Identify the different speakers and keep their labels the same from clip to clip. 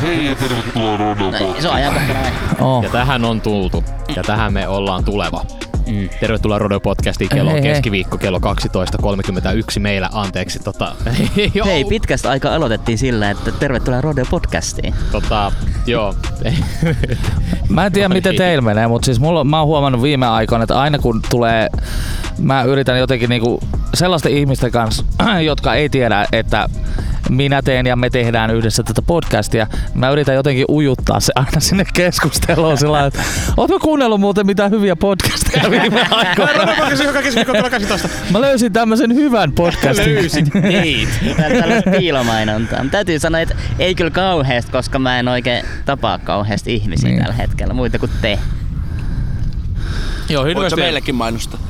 Speaker 1: Hei ja tervetuloa Rodopotiin.
Speaker 2: Se on ajankohtana aina.
Speaker 3: Oh.
Speaker 4: Ja tähän on tultu. Ja tähän me ollaan tuleva. Mm. Tervetuloa Rodeo Podcastiin. Kello on
Speaker 3: Hei, hei.
Speaker 4: keskiviikko kello 12.31 meillä. Anteeksi, tota... joo,
Speaker 2: Hei, pitkästä aikaa aloitettiin sillä, että tervetuloa Rodeo podcastiin.
Speaker 4: tota, joo.
Speaker 3: Mä en tiedä
Speaker 4: No
Speaker 3: miten
Speaker 4: niin.
Speaker 3: teillä menee, mutta siis mulla, mä oon huomannut viime aikoina, että aina kun tulee, mä yritän jotenkin niinku sellaisten ihmisten kanssa, jotka ei tiedä, että minä teen ja me tehdään yhdessä tätä podcastia. Mä yritän jotenkin ujuttaa se aina sinne keskusteluun sillä lailla, että ootko kuunnellut muuten mitään hyviä podcasteja viime aikoina?
Speaker 5: joka keskiviikko kello 18.
Speaker 3: Mä löysin tämmöisen hyvän podcastin.
Speaker 6: Niin.
Speaker 2: Teit. Tällaista piilomainontaa. Mut Täytyy sanoa, että ei kyllä kauheasti, koska mä en oikein tapaa kauheasti ihmisiä
Speaker 3: Niin.
Speaker 2: tällä hetkellä, muita kuin te.
Speaker 6: Joo,
Speaker 5: Voitko
Speaker 6: hirveästi.
Speaker 5: meillekin mainostaa?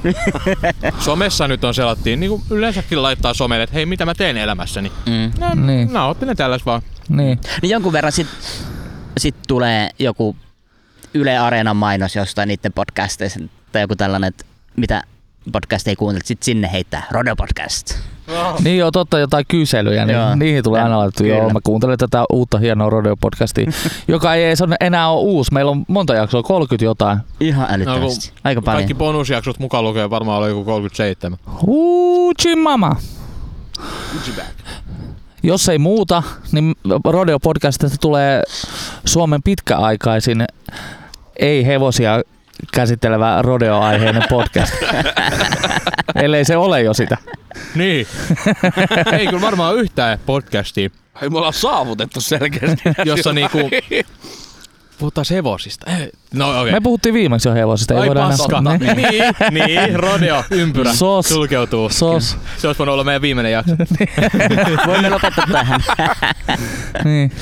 Speaker 6: Somessa nyt on selattiin, niin kuin yleensäkin laittaa somelle, että hei, mitä mä teen elämässäni.
Speaker 2: Mm.
Speaker 6: No,
Speaker 3: Niin.
Speaker 6: niin. ne tälläs vaan.
Speaker 3: Niin.
Speaker 2: Niin jonkun verran sit, sit tulee joku Yle Areenan mainos jostain niiden podcasteista tai joku tällainen, että mitä podcast ei kuuntele, sit sinne heittää Rodeo podcast.
Speaker 3: Niin joo, totta jotain kyselyjä, niin
Speaker 2: Joo.
Speaker 3: niihin tulee aina laitettu. Joo,
Speaker 2: Kyllä.
Speaker 3: mä kuuntelen tätä uutta hienoa Rodeo-podcastia, joka ei edes ole enää ole uusi. Meillä on monta jaksoa, 30 jotain.
Speaker 2: Ihan
Speaker 6: No, kun
Speaker 2: älyttömästi. Aika paljon.
Speaker 6: Kaikki bonusjaksot mukaan lukee varmaan oli joku 37.
Speaker 3: Uuchi mama. Jos ei muuta, niin Rodeo-podcastista tulee Suomen pitkäaikaisin ei hevosia käsittelevä rodeo-aiheinen podcast. Ellei se ole jo sitä.
Speaker 6: Niin. ei kyllä varmaan yhtään podcastia,
Speaker 5: Ei me ollaan saavutettu selkeästi.
Speaker 6: jossa niinku... Puhutaan hevosista. Eh, No okei.
Speaker 3: Me puhuttiin viimeksi jo hevosista. Ei
Speaker 6: Ai
Speaker 3: voida enää-
Speaker 6: paska.
Speaker 3: Ne-
Speaker 6: niin, niin, rodeo, ympyrä,
Speaker 3: Sos.
Speaker 6: sulkeutuu.
Speaker 3: Sos.
Speaker 6: Se olisi voinut olla meidän viimeinen jakso.
Speaker 2: Voimme lopettaa tähän.
Speaker 3: Niin.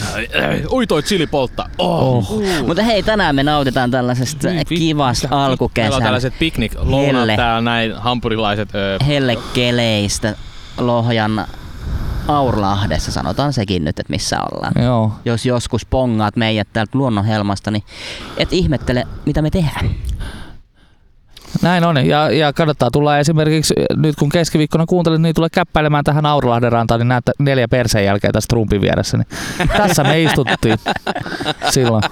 Speaker 6: Uitoi chili polttaa. Oh.
Speaker 3: Oh.
Speaker 2: Mutta hei, tänään me nautitaan tällaisesta
Speaker 6: Niin,
Speaker 2: kivasta
Speaker 6: Meillä on
Speaker 2: alkukesän
Speaker 6: tällaiset piknik lounaat
Speaker 2: Helle.
Speaker 6: täällä näin hampurilaiset. Öö,
Speaker 2: hellekeleistä Lohjan Aurlahdessa, sanotaan sekin nyt, että missä ollaan.
Speaker 3: Joo.
Speaker 2: Jos joskus pongaat meidät täältä luonnonhelmasta, niin et ihmettele, mitä me tehdään.
Speaker 3: Näin on, ja, ja kannattaa tulla esimerkiksi, nyt kun keskiviikkona kuuntelit, niin tulee käppäilemään tähän Aurolahden rantaan, niin näet neljä perseen jälkeen tässä Trumpin vieressä. Niin tässä me istuttiin silloin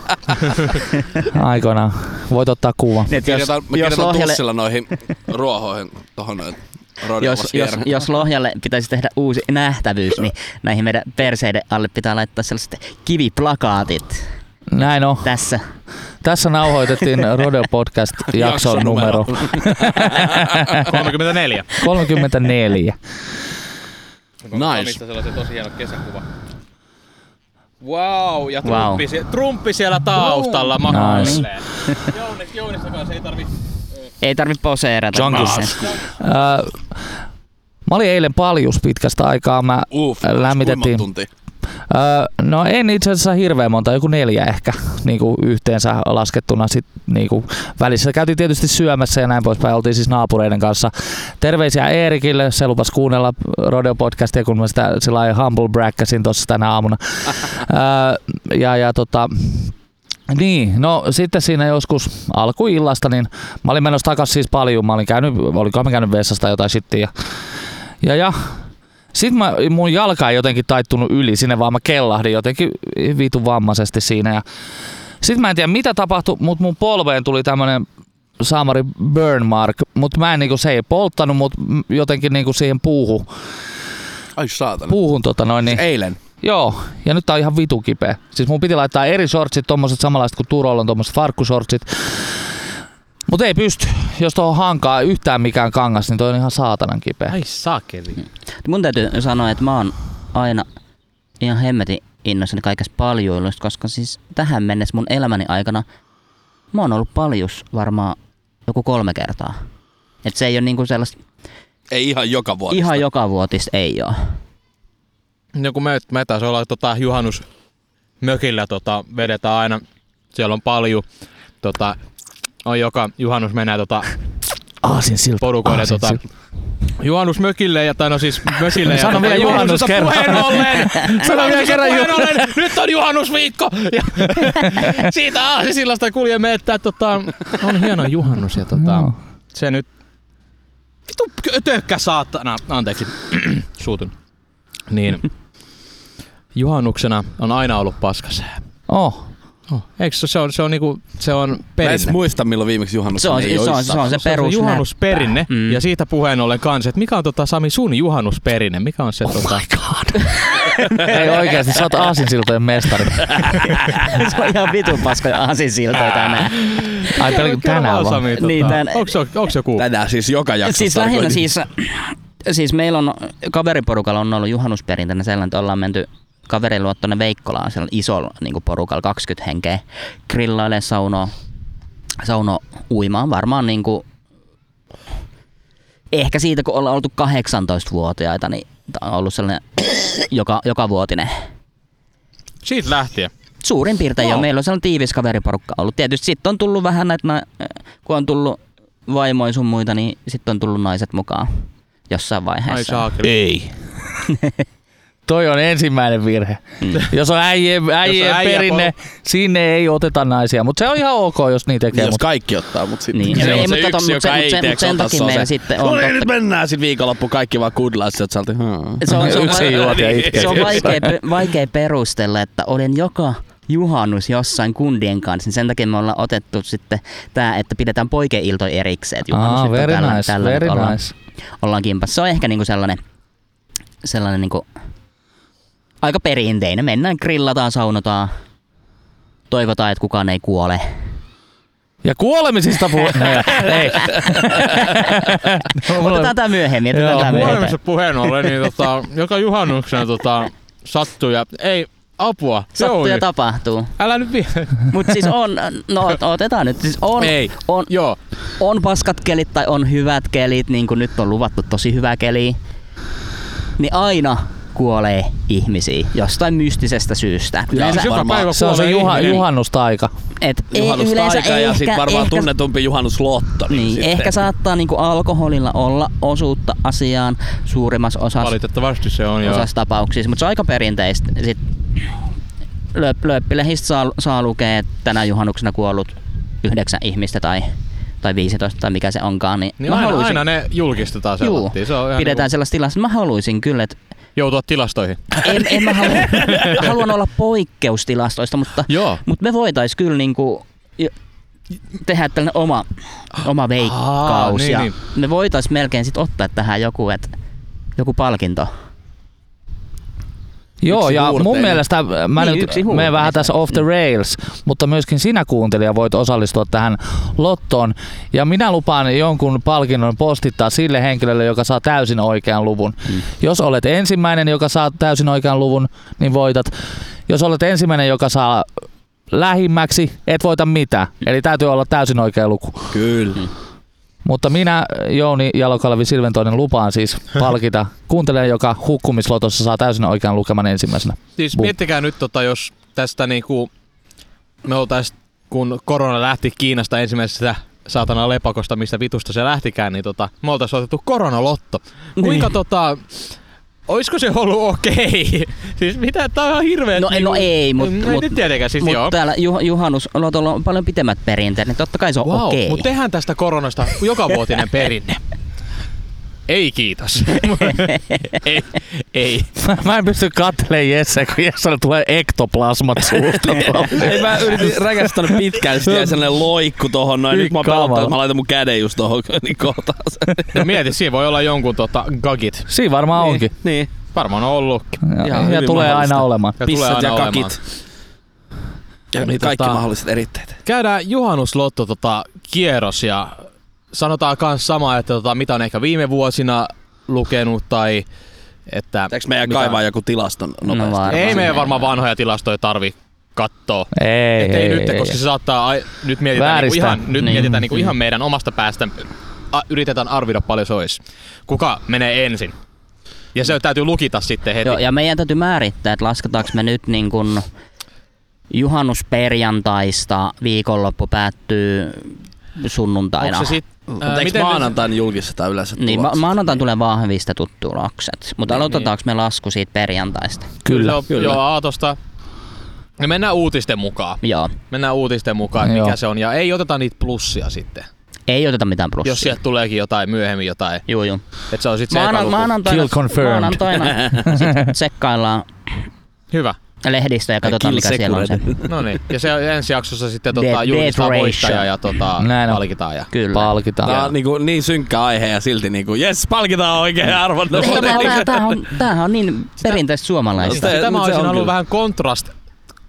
Speaker 3: aikoinaan. Voit ottaa kuva.
Speaker 2: Et jos,
Speaker 5: Kirjoitan, me
Speaker 2: jos,
Speaker 5: kirjoitan
Speaker 2: lohjalle,
Speaker 5: tussilla noihin ruohoihin tohon noin
Speaker 2: jos, jos, jos Lohjalle pitäisi tehdä uusi nähtävyys, niin näihin meidän perseiden alle pitää laittaa sellaiset kiviplakaatit.
Speaker 3: Näin on.
Speaker 2: Tässä
Speaker 3: Tässä nauhoitettiin Rodeo Podcast jakson
Speaker 5: Jakson
Speaker 3: numero
Speaker 5: numero.
Speaker 6: 34.
Speaker 3: 34.
Speaker 5: Nice.
Speaker 6: sellaisen tosi hieno kesäkuva. Wow, ja
Speaker 2: Wow.
Speaker 6: Trumpi, wow. Trumpi siellä taustalla wow.
Speaker 3: Nice.
Speaker 6: makailee. Jounis, Jounista kanssa ei tarvi...
Speaker 2: ei tarvitse poseerata. missään.
Speaker 3: Öö, mä olin eilen paljus pitkästä aikaa. Mä,
Speaker 5: Uff,
Speaker 3: Lämmitettiin.
Speaker 5: kuinka monta tuntia?
Speaker 3: öö, no en itse asiassa hirveän monta, joku neljä ehkä niin kuin yhteensä laskettuna. Sit, niin kuin, välissä käytiin tietysti syömässä ja näin poispäin. Oltiin siis naapureiden kanssa. Terveisiä Eerikille, se lupas kuunnella Rodeo-podcastia, kun mä sitä sillä lailla humble brackasin tuossa tänä aamuna. öö, ja, ja tota, niin, no sitten siinä joskus alkuillasta, niin mä olin menossa takas siis paljon, mä olin käynyt, olinkohan mä käynyt vessasta tai jotain shittiä. Ja, ja, ja. Sitten mä, mun jalka ei jotenkin taittunut yli sinne, vaan mä kellahdin jotenkin vitun vammaisesti siinä. Ja sitten mä en tiedä mitä tapahtui, mutta mun polveen tuli tämmönen saamari burn mark, mutta mä en niinku, se ei polttanut, mutta jotenkin niinku siihen puuhun,
Speaker 5: Ai saatana.
Speaker 3: puuhun tota noin, niin
Speaker 5: Eilen.
Speaker 3: Joo, ja nyt tää on ihan vitu kipeä. Siis mun piti laittaa eri shortsit, tommoset samanlaiset kuin Turolla on tommoset farkkushortsit. Mut ei pysty. Jos tuohon hankaa yhtään mikään kangas, niin toi on ihan saatanan kipeä.
Speaker 4: Ai saakeli.
Speaker 2: Mun täytyy sanoa, että mä oon aina ihan hemmetin innoissani kaikesta paljuilusta, koska siis tähän mennessä mun elämäni aikana mä oon ollut paljus varmaan joku kolme kertaa. Et se ei ole niinku sellaista,
Speaker 5: Ei ihan joka vuosi.
Speaker 2: ihan joka vuotista ei oo.
Speaker 6: No kun me, me taas ollaan tota, juhannusmökillä tota, vedetään aina, siellä on paljon, tota, on joka juhannus mennään tota,
Speaker 3: Aasin siltä.
Speaker 6: porukoille tota, juhannusmökille ja tai no siis mökille. ja-
Speaker 3: Sano vielä juhannus kerran.
Speaker 6: puheen ollen.
Speaker 3: Sano vielä kerran
Speaker 6: puheen
Speaker 3: juhannus.
Speaker 6: ollen. Nyt on juhannusviikko. Ja siitä aasisillasta kuljemme, että tota, on hieno juhannus ja tota,
Speaker 3: Joo.
Speaker 6: se nyt Vitu tökkä saatana. Anteeksi, suutun. Niin. Juhannuksena on aina ollut paskasää.
Speaker 3: Oh.
Speaker 6: Eikö se, se on, se on, niinku, se on
Speaker 5: Mä
Speaker 6: perinne?
Speaker 5: edes muista, milloin viimeksi juhannus
Speaker 2: Se on se,
Speaker 5: ei
Speaker 2: se, on, se, on se perus.
Speaker 6: juhannusperinne.
Speaker 2: Mm.
Speaker 6: Mm. Ja siitä puheen ollen kanssa, että mikä on tota, Sami sun juhannusperinne? Mikä on se oh tota,
Speaker 3: Ei oikeasti, sä oot aasinsiltojen mestari.
Speaker 2: se on ihan vitun paskoja aasinsiltoja tänään.
Speaker 3: Ai pel-
Speaker 6: Kerro
Speaker 3: tänään
Speaker 6: vaan,
Speaker 3: vaan.
Speaker 6: Sami, tota,
Speaker 2: Niin, tän-
Speaker 6: onks, se- onks joku?
Speaker 5: Tänään siis joka jakso.
Speaker 2: Siis lähinnä siis, siis meillä on, kaveriporukalla on ollut juhannusperintönä sellainen, että ollaan menty kaverin luo tuonne Veikkolaan, siellä on iso niin porukalla 20 henkeä, grillailee saunoa, sauno uimaan varmaan niin kuin, ehkä siitä kun ollaan oltu 18-vuotiaita, niin tämä on ollut sellainen joka, joka vuotinen
Speaker 6: Siitä lähtien.
Speaker 2: Suurin piirtein joo. Meillä on sellainen tiivis kaveriporukka ollut. Tietysti sitten on tullut vähän näitä, na- kun on tullut vaimoja sun muita, niin sitten on tullut naiset mukaan jossain
Speaker 6: Ai
Speaker 2: vaiheessa.
Speaker 6: saakeli.
Speaker 3: Ei. Toi on ensimmäinen virhe.
Speaker 2: Mm.
Speaker 3: Jos on äijien, äijien
Speaker 6: äijä
Speaker 3: perinne, sinne ei oteta naisia. Mutta se on ihan ok, jos niin tekee.
Speaker 5: Jos
Speaker 3: mut-
Speaker 5: kaikki ottaa, mut sitten
Speaker 2: Niin. Ei,
Speaker 5: se on
Speaker 2: mutta
Speaker 5: se
Speaker 2: kato,
Speaker 5: yksi,
Speaker 2: mut se-
Speaker 5: joka
Speaker 2: mut
Speaker 5: ei
Speaker 2: se-
Speaker 5: tee,
Speaker 2: mut sen
Speaker 5: kun ottaa
Speaker 2: takia meillä sitten on
Speaker 5: No niin,
Speaker 2: totta-
Speaker 5: nyt mennään sitten viikonloppu, kaikki vaan kudlaa, sit sä oot sieltä, hmm.
Speaker 2: Se on, se on,
Speaker 3: Yksin
Speaker 2: vai-
Speaker 3: juot ja itket
Speaker 2: se on
Speaker 3: jossain.
Speaker 2: vaikea, pe- vaikea perustella, että olen joka juhannus jossain kundien kanssa. niin Sen takia me ollaan otettu sitten tämä, että pidetään poikeiltoja erikseen. että juhannus
Speaker 3: Aa,
Speaker 2: nyt on
Speaker 3: very
Speaker 2: tällä-
Speaker 3: nice,
Speaker 2: tällä nyt
Speaker 3: very
Speaker 2: ollaan-
Speaker 3: nice.
Speaker 2: ollaan kimpassa. Se on ehkä niinku sellainen, sellainen niinku, aika perinteinen. Mennään, grillataan, saunotaan. Toivotaan, että kukaan ei kuole.
Speaker 3: Ja kuolemisista puhutaan. ei. No, mulla-
Speaker 2: Otetaan tämä myöhemmin. Otetaan
Speaker 3: Joo,
Speaker 2: tää myöhemmin.
Speaker 6: Huomisessa puheen ollen, niin tota, joka juhannuksena tota, sattuu ja ei apua.
Speaker 2: Sattuu ja
Speaker 6: Jouni,
Speaker 2: tapahtuu.
Speaker 6: Älä nyt vi-
Speaker 2: Mutta siis on, no ot- otetaan nyt, siis on,
Speaker 6: Ei.
Speaker 2: on,
Speaker 6: Joo.
Speaker 2: on paskat kelit tai on hyvät kelit, niin kuin nyt on luvattu tosi hyvää keliä, niin aina kuolee ihmisiä jostain mystisestä syystä. Yleensä,
Speaker 6: joka
Speaker 5: varmaan-
Speaker 6: päivä
Speaker 3: Se on se
Speaker 6: kuolee
Speaker 3: juha,
Speaker 6: ihminen.
Speaker 3: juhannustaika.
Speaker 2: et, ei, yleensä
Speaker 5: juhannustaika ja
Speaker 2: ehkä,
Speaker 5: sit varmaan
Speaker 2: ehkä,
Speaker 5: tunnetumpi juhannuslotto.
Speaker 2: Niin,
Speaker 5: sitten-
Speaker 2: ehkä saattaa niinku alkoholilla olla osuutta asiaan suurimmassa osassa,
Speaker 6: Valitettavasti se on joo.
Speaker 2: osassa tapauksissa, mutta se on aika perinteistä. Sit löp, löppilehistä saa, saa lukea, että tänä juhannuksena kuollut yhdeksän ihmistä tai, tai 15 tai mikä se onkaan. Niin,
Speaker 6: Niin aina, aina, ne julkistetaan
Speaker 2: juu,
Speaker 6: sellaisia. Se on ihan
Speaker 2: pidetään
Speaker 6: niinku,
Speaker 2: sellaista tilasta. Mä haluaisin kyllä, että
Speaker 6: joutua tilastoihin.
Speaker 2: en, en mä halua, haluan olla poikkeustilastoista, mutta,
Speaker 6: Joo.
Speaker 2: mutta me voitais kyllä niinku jo- tehdä tällainen oma, oma veikkaus.
Speaker 6: Aa, niin,
Speaker 2: ja
Speaker 6: niin.
Speaker 2: Me voitais melkein sit ottaa tähän joku, et, joku palkinto.
Speaker 3: Joo,
Speaker 5: Yksi
Speaker 3: ja mun
Speaker 5: huurteinen.
Speaker 3: mielestä mä
Speaker 2: Niin,
Speaker 3: niin,
Speaker 2: yksi
Speaker 3: nyt
Speaker 2: huurteinen.
Speaker 3: menen vähän tässä off the rails, mutta myöskin sinä kuuntelija voit osallistua tähän lottoon. Ja minä lupaan jonkun palkinnon postittaa sille henkilölle, joka saa täysin oikean luvun. Mm. Jos olet ensimmäinen, joka saa täysin oikean luvun, niin voitat. Jos olet ensimmäinen, joka saa lähimmäksi, et voita mitään. Eli täytyy olla täysin oikea luku.
Speaker 5: Kyllä.
Speaker 3: Mutta minä, Jouni Jalokalvi Silventoinen, lupaan siis palkita kuuntelijan, joka hukkumislotossa saa täysin oikean lukeman ensimmäisenä.
Speaker 6: Siis
Speaker 3: Bum.
Speaker 6: miettikää nyt, tota, jos tästä niinku, me oltais, kun korona lähti Kiinasta ensimmäisestä saatana lepakosta, mistä vitusta se lähtikään, niin tota, me oltais otettu koronalotto.
Speaker 2: Niin.
Speaker 6: Kuinka tota, oisko se ollut okei? Siis mitä, tää on ihan hirveä.
Speaker 2: No, ei- no ei, mut-
Speaker 6: Ei
Speaker 2: mut-
Speaker 6: nyt tietenkään, siis
Speaker 2: Mut
Speaker 6: joo.
Speaker 2: täällä juh- juhannuslotolla on paljon pitemmät perinteet, niin totta kai se on
Speaker 6: Wow,
Speaker 2: okei.
Speaker 6: mutta tehdään tästä koronasta jokavuotinen perinne. Ei kiitos. ei, ei.
Speaker 3: Mä en pysty kattelemaan Jesse, kun Jesselle tulee ektoplasmat suusta.
Speaker 5: Ei mä yritin räkästänyt pitkään, sit jäi sellainen loikku tohon noin. Nyt mä
Speaker 3: Kamala.
Speaker 5: pelottan, että mä laitan mun käden just tohon niin kohtaan sen.
Speaker 6: No mieti, siinä voi olla jonkun tota, gagit.
Speaker 3: Siinä varmaan niin. onkin.
Speaker 5: Niin.
Speaker 6: Varmaan on ollutkin.
Speaker 3: Ja,
Speaker 5: Ihan
Speaker 3: ja
Speaker 5: hyvin
Speaker 3: tulee
Speaker 5: mahdollista.
Speaker 3: aina olemaan.
Speaker 6: Ja tulee
Speaker 5: Pissat
Speaker 6: aina
Speaker 5: ja
Speaker 6: olemaan.
Speaker 5: kakit. Ja
Speaker 6: Eli
Speaker 5: kaikki
Speaker 6: tota-
Speaker 5: mahdolliset eritteet.
Speaker 6: Käydään juhannuslotto tota, kierros ja sanotaan myös sama, että tota, mitä on ehkä viime vuosina lukenut tai että...
Speaker 5: Eikö meidän
Speaker 6: mitä-
Speaker 5: kaivaa joku tilaston
Speaker 2: No
Speaker 5: nopeasti?
Speaker 2: varmaan.
Speaker 6: Ei meidän varmaan vanhoja tilastoja tarvi katsoa.
Speaker 3: Ei,
Speaker 6: Et
Speaker 3: ei,
Speaker 6: ei,
Speaker 3: ei,
Speaker 6: nyt, koska se saattaa, ai, nyt mietitään, niinku
Speaker 3: Vääristää.
Speaker 6: ihan, nyt
Speaker 2: Niin.
Speaker 6: niin. mietitään niinku
Speaker 2: Mm.
Speaker 6: ihan meidän omasta päästä, a, yritetään arvioida paljon se olisi. Kuka menee ensin? Ja se täytyy lukita sitten heti.
Speaker 2: Joo, ja meidän täytyy määrittää, että lasketaanko me nyt niin kuin juhannusperjantaista viikonloppu päättyy sunnuntaina.
Speaker 6: Onko se siis sit,
Speaker 5: Mutta
Speaker 6: ää,
Speaker 5: eikö
Speaker 6: miten
Speaker 5: maanantaina julkistetaan yleensä
Speaker 2: Niin, ma-
Speaker 5: tulokset?
Speaker 2: maanantaina tulee vahvistetut tulokset,
Speaker 6: Niin,
Speaker 2: mutta aloitetaanko me lasku siitä perjantaista?
Speaker 3: Kyllä.
Speaker 6: Joo,
Speaker 5: Kyllä.
Speaker 6: Joo, Aatosta. No mennään uutisten mukaan.
Speaker 2: Joo,
Speaker 6: Mennään uutisten mukaan, että
Speaker 3: Joo.
Speaker 6: mikä se on. Ja ei oteta niitä plussia sitten.
Speaker 2: ei oteta mitään plussia.
Speaker 6: Jos sieltä tuleekin jotain myöhemmin jotain.
Speaker 2: Joo, joo.
Speaker 6: Että se on sitten se
Speaker 2: Maana-
Speaker 6: eka luku.
Speaker 2: maanantaina,
Speaker 3: Kill confirmed.
Speaker 2: maanantaina sit tsekkaillaan
Speaker 6: Hyvä.
Speaker 2: lehdistä ja katsotaan mikä siellä on se.
Speaker 6: No niin, ja se on ensi jaksossa
Speaker 2: Dead-
Speaker 6: sitten tota, julkistetaan
Speaker 2: Dead
Speaker 6: voittaja
Speaker 2: Ratio.
Speaker 6: ja tota,
Speaker 3: Näin on.
Speaker 6: palkitaan. Ja.
Speaker 2: Kyllä.
Speaker 5: Tää
Speaker 3: Palkitaan.
Speaker 5: on niinku niin synkkä aihe ja silti niinku, jes, palkitaan oikein arvonta.
Speaker 6: No,
Speaker 2: Ei, No, tää on- tää on- Tämähän on niin perinteistä suomalaista.
Speaker 5: Sitä-
Speaker 6: niin. Sitä, sitä mä
Speaker 5: mut se
Speaker 6: olisin
Speaker 5: on
Speaker 6: ollut
Speaker 5: kyllä.
Speaker 6: vähän, kontrast,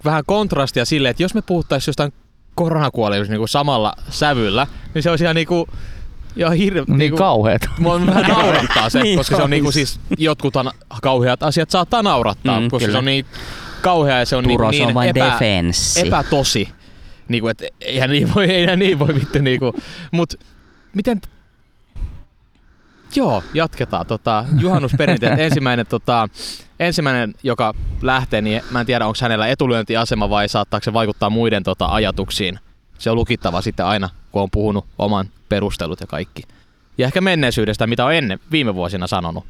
Speaker 6: vähän kontrastia sille, että jos me puhuttaisiin jostain koronakuolemista niinku samalla sävyllä, niin se olisi ihan niinku... Ihan hirve, niinku-
Speaker 3: Niin kauheet.
Speaker 6: Mua vähän naurattaa se,
Speaker 5: Niin
Speaker 6: koska se on niinku
Speaker 5: kaunis.
Speaker 6: siis jotkuthan kauheat asiat saattaa naurattaa,
Speaker 2: Mm,
Speaker 6: koska
Speaker 2: kyllä.
Speaker 6: se on niin kauhea ja se on niinku
Speaker 2: Turos
Speaker 6: niin
Speaker 2: on vain
Speaker 6: epä,
Speaker 2: defenssi.
Speaker 6: epätosi. Niinku, et eihän niin voi, eihän niin voi vittu niinku. Mut miten... Joo, jatketaan. Tota, juhannusperinteet. ensimmäinen, tota, ensimmäinen, joka lähtee, niin mä en tiedä, onko hänellä etulyöntiasema vai saattaako se vaikuttaa muiden tota, ajatuksiin. Se on lukittava sitten aina, kun on puhunut oman perustelut ja kaikki. Ja ehkä menneisyydestä, mitä on ennen, viime vuosina sanonut.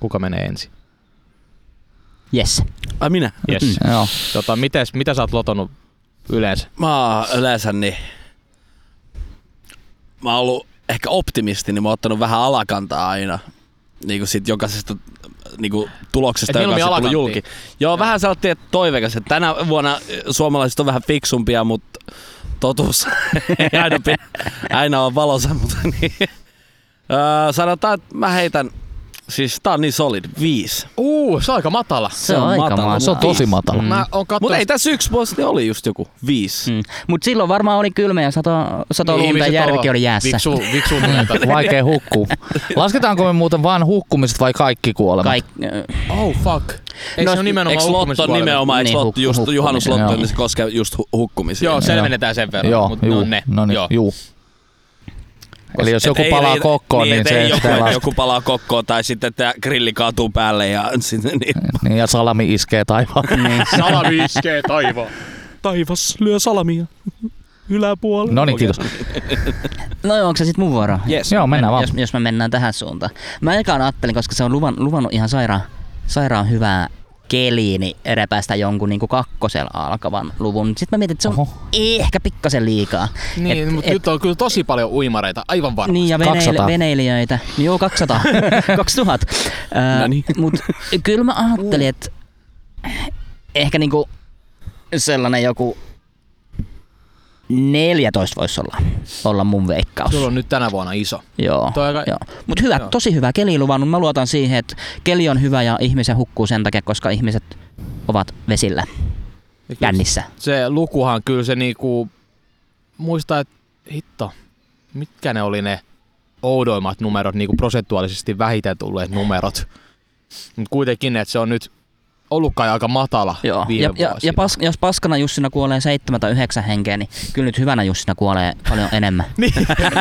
Speaker 6: Kuka menee ensin?
Speaker 2: Yes.
Speaker 5: Ai minä?
Speaker 6: Yes.
Speaker 3: Joo.
Speaker 6: Tota, mites, mitä sä oot lotonut yleensä?
Speaker 5: Mä oon yleensä niin... Mä oon ollut ehkä optimisti, niin mä oon ottanut vähän alakantaa aina. Niinku sit jokaisesta niinku tuloksesta,
Speaker 6: Et
Speaker 5: joka on
Speaker 6: mieluummin
Speaker 5: sit tullut julki.
Speaker 6: alakantiin.
Speaker 5: Joo, Joo, vähän sellainen että toiveikas. että Tänä vuonna suomalaiset on vähän fiksumpia, mutta totuus ei aina, pi- aina on valossa. Mutta niin. öö, sanotaan, että mä heitän, siis tää on niin solid, viisi.
Speaker 6: Uu, se on aika matala.
Speaker 2: Se on aika matala.
Speaker 3: Se on tosi matala.
Speaker 6: Mä oon
Speaker 5: Mutta
Speaker 6: kattonut
Speaker 5: ei tässä yksi vuosi niin oli just joku viisi.
Speaker 2: Mm. Mut silloin varmaan oli kylmä ja sato, sato
Speaker 6: Niin,
Speaker 2: lunta ja
Speaker 6: ihmiset
Speaker 2: järvikin
Speaker 6: on
Speaker 2: oli jäässä.
Speaker 6: Viksu, viksuutuneita.
Speaker 3: Vaikea hukkuu. Lasketaanko me muuten vaan hukkumiset vai kaikki kuolemat?
Speaker 2: Kaik,
Speaker 6: oh fuck. Ei
Speaker 2: No,
Speaker 6: se on
Speaker 5: Eikö
Speaker 6: nimenomaan
Speaker 5: Lotto
Speaker 6: hukkumiskuolema?
Speaker 5: nimenomaan, eikö
Speaker 2: Niin,
Speaker 5: Lotto,
Speaker 2: huk-
Speaker 5: just
Speaker 2: hukkuminen,
Speaker 5: juhannuslotto,
Speaker 3: joo.
Speaker 5: niin se koskee just hu- hukkumisia.
Speaker 6: Joo, selvennetään sen verran.
Speaker 3: Joo,
Speaker 6: mut ne
Speaker 3: juu,
Speaker 6: on ne.
Speaker 3: No niin,
Speaker 6: Joo.
Speaker 3: juu. Eli jos
Speaker 5: Et
Speaker 3: joku
Speaker 5: ei
Speaker 3: palaa
Speaker 5: riitä-
Speaker 3: kokkoon, niin,
Speaker 5: et
Speaker 3: se
Speaker 5: ei
Speaker 3: ei
Speaker 5: joku,
Speaker 3: sitä
Speaker 5: että
Speaker 3: lasta.
Speaker 5: joku palaa kokkoon tai sitten tämä grilli kaatuu päälle ja sitten niin.
Speaker 3: Niin, ja salami iskee taivaan.
Speaker 6: Salami iskee taivaan.
Speaker 5: Taivas lyö salamia yläpuolelle.
Speaker 3: No niin, kiitos.
Speaker 2: no joo, onko se sit mun vuoro?
Speaker 5: Yes.
Speaker 3: Joo, mennään vaan.
Speaker 2: Jos, jos me mennään tähän suuntaan. Mä ekaan ajattelin, koska se on luvan, luvannut ihan sairaan, sairaan hyvää keliä, niin repästä jonkun niin kakkosella alkavan luvun. Sitten mä mietin, että se on
Speaker 3: Oho.
Speaker 2: Oho. ehkä pikkasen liikaa.
Speaker 6: Niin, mutta nyt on kyllä tosi paljon uimareita, aivan varmasti.
Speaker 2: Niin, ja
Speaker 3: 200.
Speaker 2: veneil- veneilijöitä. Niin Joo, 200. 2000. Öö,
Speaker 5: No niin.
Speaker 2: Mut kyllä mä ajattelin, että ehkä niinku sellainen joku 14 voisi olla, olla mun veikkaus.
Speaker 6: Sulla on nyt tänä vuonna iso.
Speaker 2: Joo.
Speaker 6: Toi aika...
Speaker 2: Joo. Mut hyvä,
Speaker 6: Joo.
Speaker 2: tosi hyvä keli luvannut. Mä luotan siihen, että keli on hyvä ja ihmisen hukkuu sen takia, koska ihmiset ovat vesillä,
Speaker 6: Ja kyllä
Speaker 2: kännissä.
Speaker 6: Se lukuhan kyllä se niinku... Muista, että hitto, mitkä ne oli ne oudoimmat numerot, niinku prosentuaalisesti vähiten tulleet numerot. Mutta kuitenkin, että se on nyt ollut kai aika matala
Speaker 2: Joo.
Speaker 6: viime
Speaker 2: ja, ja, ja
Speaker 6: vuosina.
Speaker 2: pas, jos paskana Jussina kuolee 7 tai 9 henkeä, niin kyllä nyt hyvänä Jussina kuolee paljon enemmän.
Speaker 6: Niin,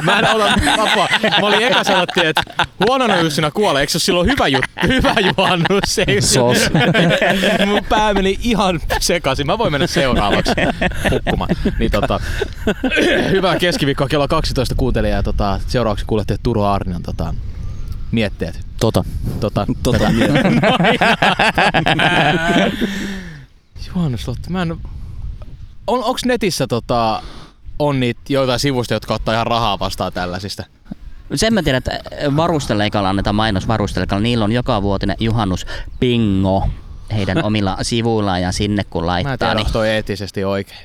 Speaker 6: mä en ole vapaa. Mä olin eka sanottiin, että huonona Jussina kuolee. Eikö se ole silloin hyvä, jut, hyvä juhannus? Ei,
Speaker 3: Sos.
Speaker 6: Mun pää meni ihan sekaisin. Mä voin mennä seuraavaksi hukkumaan. Niin, tota, hyvää keskiviikkoa kello 12 kuuntelijaa. Tota, seuraavaksi kuulette Turo Arnion tota, mietteet.
Speaker 3: Tota.
Speaker 6: Tota,
Speaker 5: Tota, mie-
Speaker 6: Juhannuslotto, mä en... On, onks netissä tota, on niitä joitain sivustoja, jotka ottaa ihan rahaa vastaan tällaisista?
Speaker 2: Sen mä tiedän, että varusteleikalla annetaan mainos varusteleikalla. Niillä on joka vuotinen juhannus pingo heidän omilla sivuillaan ja sinne kun
Speaker 6: Mä en
Speaker 2: laittaa,
Speaker 6: tiedä,
Speaker 2: niin,
Speaker 6: onko toi eettisesti oikein.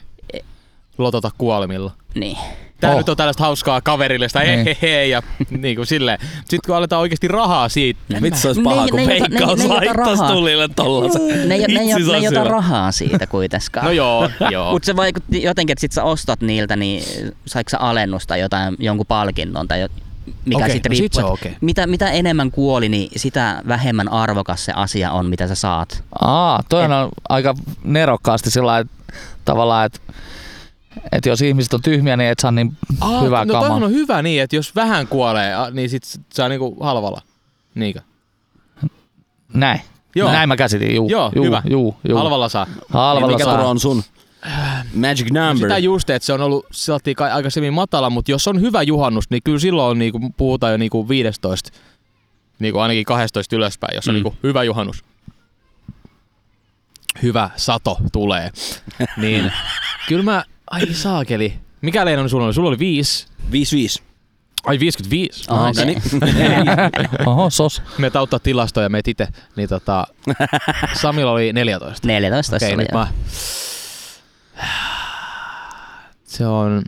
Speaker 6: Lotota kuolemilla.
Speaker 2: niin,
Speaker 6: Tää
Speaker 3: E- Oh.
Speaker 6: oh. nyt on tällaista hauskaa kaverillista,
Speaker 3: Niin.
Speaker 6: hehehe, ja niin kuin silleen. Sitten kun aletaan oikeasti rahaa siitä,
Speaker 5: Vitsi se olisi paha,
Speaker 2: Ne-
Speaker 5: kun
Speaker 2: ne- ne- ne-
Speaker 5: veikkaus
Speaker 2: ne- ne-
Speaker 5: laittas
Speaker 2: rahaa.
Speaker 5: tulille tollasen.
Speaker 2: ne, ei- ne, ei-
Speaker 5: Vitsi, se
Speaker 2: ne ei
Speaker 5: olisi
Speaker 2: ota
Speaker 5: hyvä.
Speaker 2: rahaa siitä kuitenkaan.
Speaker 6: no joo, joo.
Speaker 2: Mutta se vaikutti jotenkin, että sit sä ostat niiltä, niin saiko sä alennusta jotain, jonkun palkinnon tai jo, mikä
Speaker 6: Okei,
Speaker 2: sitten
Speaker 6: no sit
Speaker 2: riippuu.
Speaker 6: se on
Speaker 2: että
Speaker 6: okei.
Speaker 2: mitä, mitä enemmän kuoli, niin sitä vähemmän arvokas se asia on, mitä sä saat.
Speaker 3: Aa, toi on aika nerokkaasti sillä lailla, että tavallaan, että että jos ihmiset on tyhmiä, niin et saa niin
Speaker 6: Aa,
Speaker 3: hyvää
Speaker 6: no
Speaker 3: kamaa.
Speaker 6: toihan on hyvä niin, että jos vähän kuolee, a, niin sit saa niinku halvalla. Niinkö?
Speaker 3: Näin.
Speaker 6: Joo.
Speaker 3: Näin mä käsitin. Juu,
Speaker 6: Joo,
Speaker 3: juu,
Speaker 6: hyvä.
Speaker 3: juu, juu.
Speaker 6: Halvalla saa.
Speaker 5: Niin,
Speaker 3: Halvalla
Speaker 5: Mikä
Speaker 3: saa.
Speaker 5: Turo on sun? Magic number.
Speaker 6: Sitä just, että se on ollut silti kai aikaisemmin matala, mutta jos on hyvä juhannus, niin kyllä silloin on, niinku, puhutaan jo niinku 15, niinku ainakin 12 ylöspäin, jos on
Speaker 5: Mm.
Speaker 6: niinku hyvä juhannus. Hyvä sato tulee. niin, kyllä mä, ai saakeli. Mikä Leinon sulla oli? Sulla oli viisi.
Speaker 5: 5-5.
Speaker 6: Ai 55.
Speaker 2: Oh, okay.
Speaker 5: niin.
Speaker 3: Oho, sos.
Speaker 6: Me tauttaa tilastoja meitä itse, niin tota, Samilla oli 14.
Speaker 2: 14 okay,
Speaker 6: Okei,
Speaker 2: oli
Speaker 6: nyt
Speaker 2: jo.
Speaker 6: mä... Se on...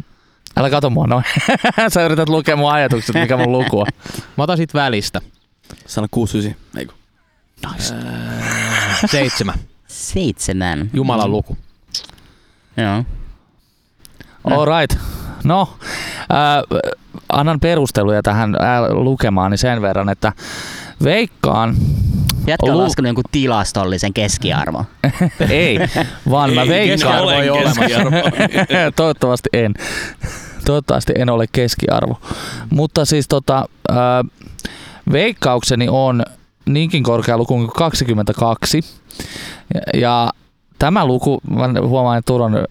Speaker 3: Älä kato mua noin. Sä yrität lukea mun ajatukset, mikä mun luku on.
Speaker 6: Mä otan sit välistä.
Speaker 5: Sano 69. Eiku.
Speaker 6: Seitsemän.
Speaker 2: Seitsemän.
Speaker 6: Jumalan luku.
Speaker 2: Joo.
Speaker 3: All right. No, äh, annan perusteluja tähän äh, lukemaan niin sen verran, että veikkaan,
Speaker 2: Jätkä on
Speaker 3: Lu-
Speaker 2: laskenut jonkun tilastollisen keskiarvon.
Speaker 3: ei, vaan mä veikkaan,
Speaker 5: keskiarvo ei
Speaker 6: Voi
Speaker 5: ole
Speaker 6: olemassa.
Speaker 5: keskiarvo.
Speaker 3: Eh, Toivottavasti en. Toivottavasti en ole keskiarvo. Mutta siis tota, ää, veikkaukseni on niinkin korkea luku kuin 22. Ja, ja tämä luku, mä huomaan, että Turon ää,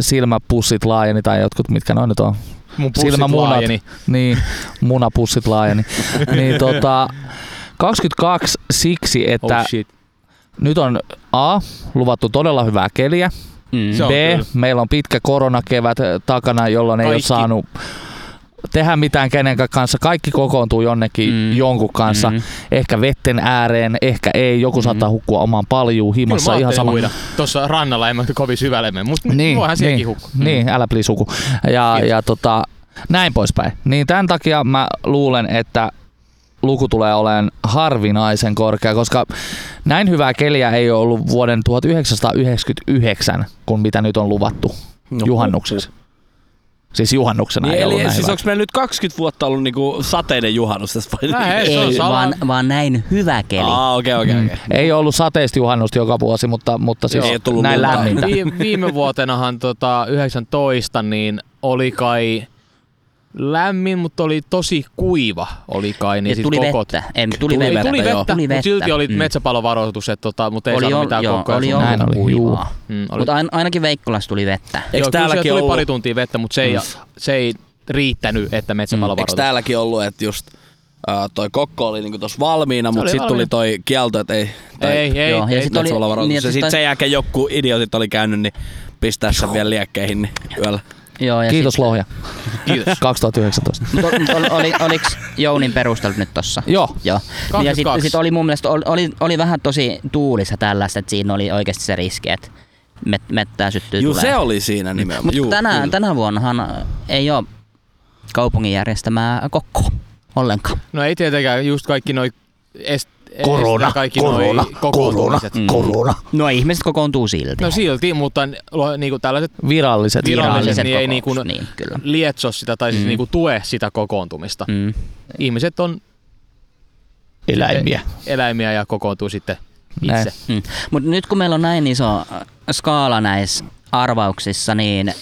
Speaker 3: silmäpussit laajeni tai jotkut, mitkä noin nyt on,
Speaker 6: Mun
Speaker 3: pussit laajeni. niin, munapussit laajeni. Niin tota, 22 siksi, että
Speaker 6: Oh
Speaker 3: oh,
Speaker 6: shit.
Speaker 3: nyt on A, luvattu todella hyvää keliä,
Speaker 2: Mm.
Speaker 6: Se on
Speaker 3: B,
Speaker 6: kyllä.
Speaker 3: meillä on pitkä koronakevät ö, takana, jolloin ei ole
Speaker 6: Kaikki.
Speaker 3: saanut tehdä mitään kenenkään kanssa. Kaikki kokoontuu jonnekin
Speaker 2: Mm.
Speaker 3: mm. jonkun
Speaker 6: Mm-hmm.
Speaker 3: kanssa. Mm. Ehkä vetten ääreen, ehkä ei. Joku mm. saattaa hukkua omaan paljuun himassa.
Speaker 6: Kyllä mä
Speaker 3: ihan sama.
Speaker 6: Uida. Tuossa rannalla en mä kovin syvälle mene, mutta niin,
Speaker 3: Niin,
Speaker 6: voihan sielläkin
Speaker 3: niin,
Speaker 6: hukkua.
Speaker 3: niin, älä please huku. Ja,
Speaker 6: Mm-hmm. Kiitos.
Speaker 3: ja tota, näin poispäin. Niin tämän takia mä luulen, että luku tulee olemaan harvinaisen korkea, koska näin hyvää keliä ei ole ollut vuoden 1999, kun mitä nyt on luvattu
Speaker 5: No,
Speaker 3: juhannukseksi. Siis juhannuksena
Speaker 5: Niin,
Speaker 3: ei
Speaker 5: eli
Speaker 3: ollut näin
Speaker 5: siis
Speaker 3: hyvä.
Speaker 5: onko meillä nyt 20 vuotta ollut niinku sateinen juhannus tässä vai?
Speaker 6: Vähän
Speaker 5: Aa,
Speaker 6: Ei, se on
Speaker 2: Ei,
Speaker 6: salaa.
Speaker 2: vaan, vaan näin hyvä keli.
Speaker 5: okei, okei,
Speaker 3: Mm.
Speaker 5: okei.
Speaker 3: Ei ollut sateista juhannusta joka vuosi, mutta, mutta siis
Speaker 5: Ei tullut
Speaker 3: näin
Speaker 5: lunta.
Speaker 3: lämmintä.
Speaker 6: Viime, viime vuotenahan tota, 19 niin oli kai lämmin, mutta oli tosi kuiva oli kai. Niin
Speaker 2: ja
Speaker 6: sit
Speaker 2: tuli
Speaker 6: kokot.
Speaker 2: vettä. Ei, tuli,
Speaker 6: Tuli
Speaker 2: vettä.
Speaker 6: vettä, tuli vettä,
Speaker 2: joo. Tuli vettä.
Speaker 6: Mut silti oli
Speaker 2: Mm.
Speaker 6: mm. metsäpalovaroitus, että tota, mutta ei
Speaker 2: oli
Speaker 6: saanut
Speaker 2: jo,
Speaker 6: mitään
Speaker 2: joo,
Speaker 6: kokkoja.
Speaker 2: oli
Speaker 6: sun-
Speaker 2: ollut
Speaker 3: Näin oli, juu.
Speaker 2: kuivaa.
Speaker 6: Mm, oli,
Speaker 2: Mutta ain, ainakin Veikkolas tuli vettä.
Speaker 5: Eikö
Speaker 6: joo, kyllä
Speaker 5: täälläkin
Speaker 6: siellä tuli
Speaker 5: ollut,
Speaker 6: pari tuntia vettä, mutta se, ei,
Speaker 2: Mm.
Speaker 6: se ei riittänyt, että
Speaker 5: eikö
Speaker 6: metsäpalovaroitus.
Speaker 5: täälläkin ollut, että just ää, toi kokko oli niinku tossa valmiina, mutta
Speaker 6: oli
Speaker 5: sitten tuli
Speaker 6: valmiina.
Speaker 5: toi kielto, että ei, tai
Speaker 6: ei, ei,
Speaker 2: joo, ja
Speaker 6: ei.
Speaker 2: sit oli- niin,
Speaker 5: metsäpalovaroitus. Niin,
Speaker 2: että sit toi-
Speaker 5: ja sitten sen jälkeen joku idiotit oli käynyt, niin pistää sen vielä liekkeihin niin yöllä.
Speaker 2: Joo, ja
Speaker 3: Kiitos Lohja.
Speaker 6: Kiitos.
Speaker 3: 2019.
Speaker 2: Sit, mut, mut oli, oli, oliks Jounin perustelut nyt tossa?
Speaker 3: Joo.
Speaker 2: Joo. Niin Ja sitten
Speaker 6: 22.
Speaker 2: sit oli mun mielestä oli, oli, oli vähän tosi tuulissa tällaista, että siinä oli oikeasti se riski, että met, mettää syttyy
Speaker 5: Juu,
Speaker 2: tulee.
Speaker 5: se oli siinä nimenomaan. Juu,
Speaker 2: Mutta tänä,
Speaker 5: kyllä.
Speaker 2: tänä vuonnahan äh, ei ole kaupungin järjestämää kokkoa ollenkaan.
Speaker 6: No ei tietenkään, just kaikki noi... Est,
Speaker 3: Korona,
Speaker 6: estää kaikki
Speaker 3: korona,
Speaker 6: noi kokoontumiset.
Speaker 3: Korona. Mm.
Speaker 2: No ihmiset kokoontuu silti.
Speaker 6: No silti, mutta lo- niinku tällaiset
Speaker 3: Viralliset.
Speaker 6: viralliset,
Speaker 2: Viralliset
Speaker 6: niin ei niinku
Speaker 2: kokoukset, niin, kyllä.
Speaker 3: Mm.
Speaker 6: lietso sitä tai siis
Speaker 2: Mm.
Speaker 6: niinku tue sitä kokoontumista.
Speaker 2: Mm.
Speaker 6: Ihmiset on
Speaker 3: Eläimiä.
Speaker 6: eläimiä ja kokoontuu sitten itse.
Speaker 3: Näin.
Speaker 2: Mm. Mutta nyt kun meillä on näin iso äh, skaala näissä arvauksissa, niin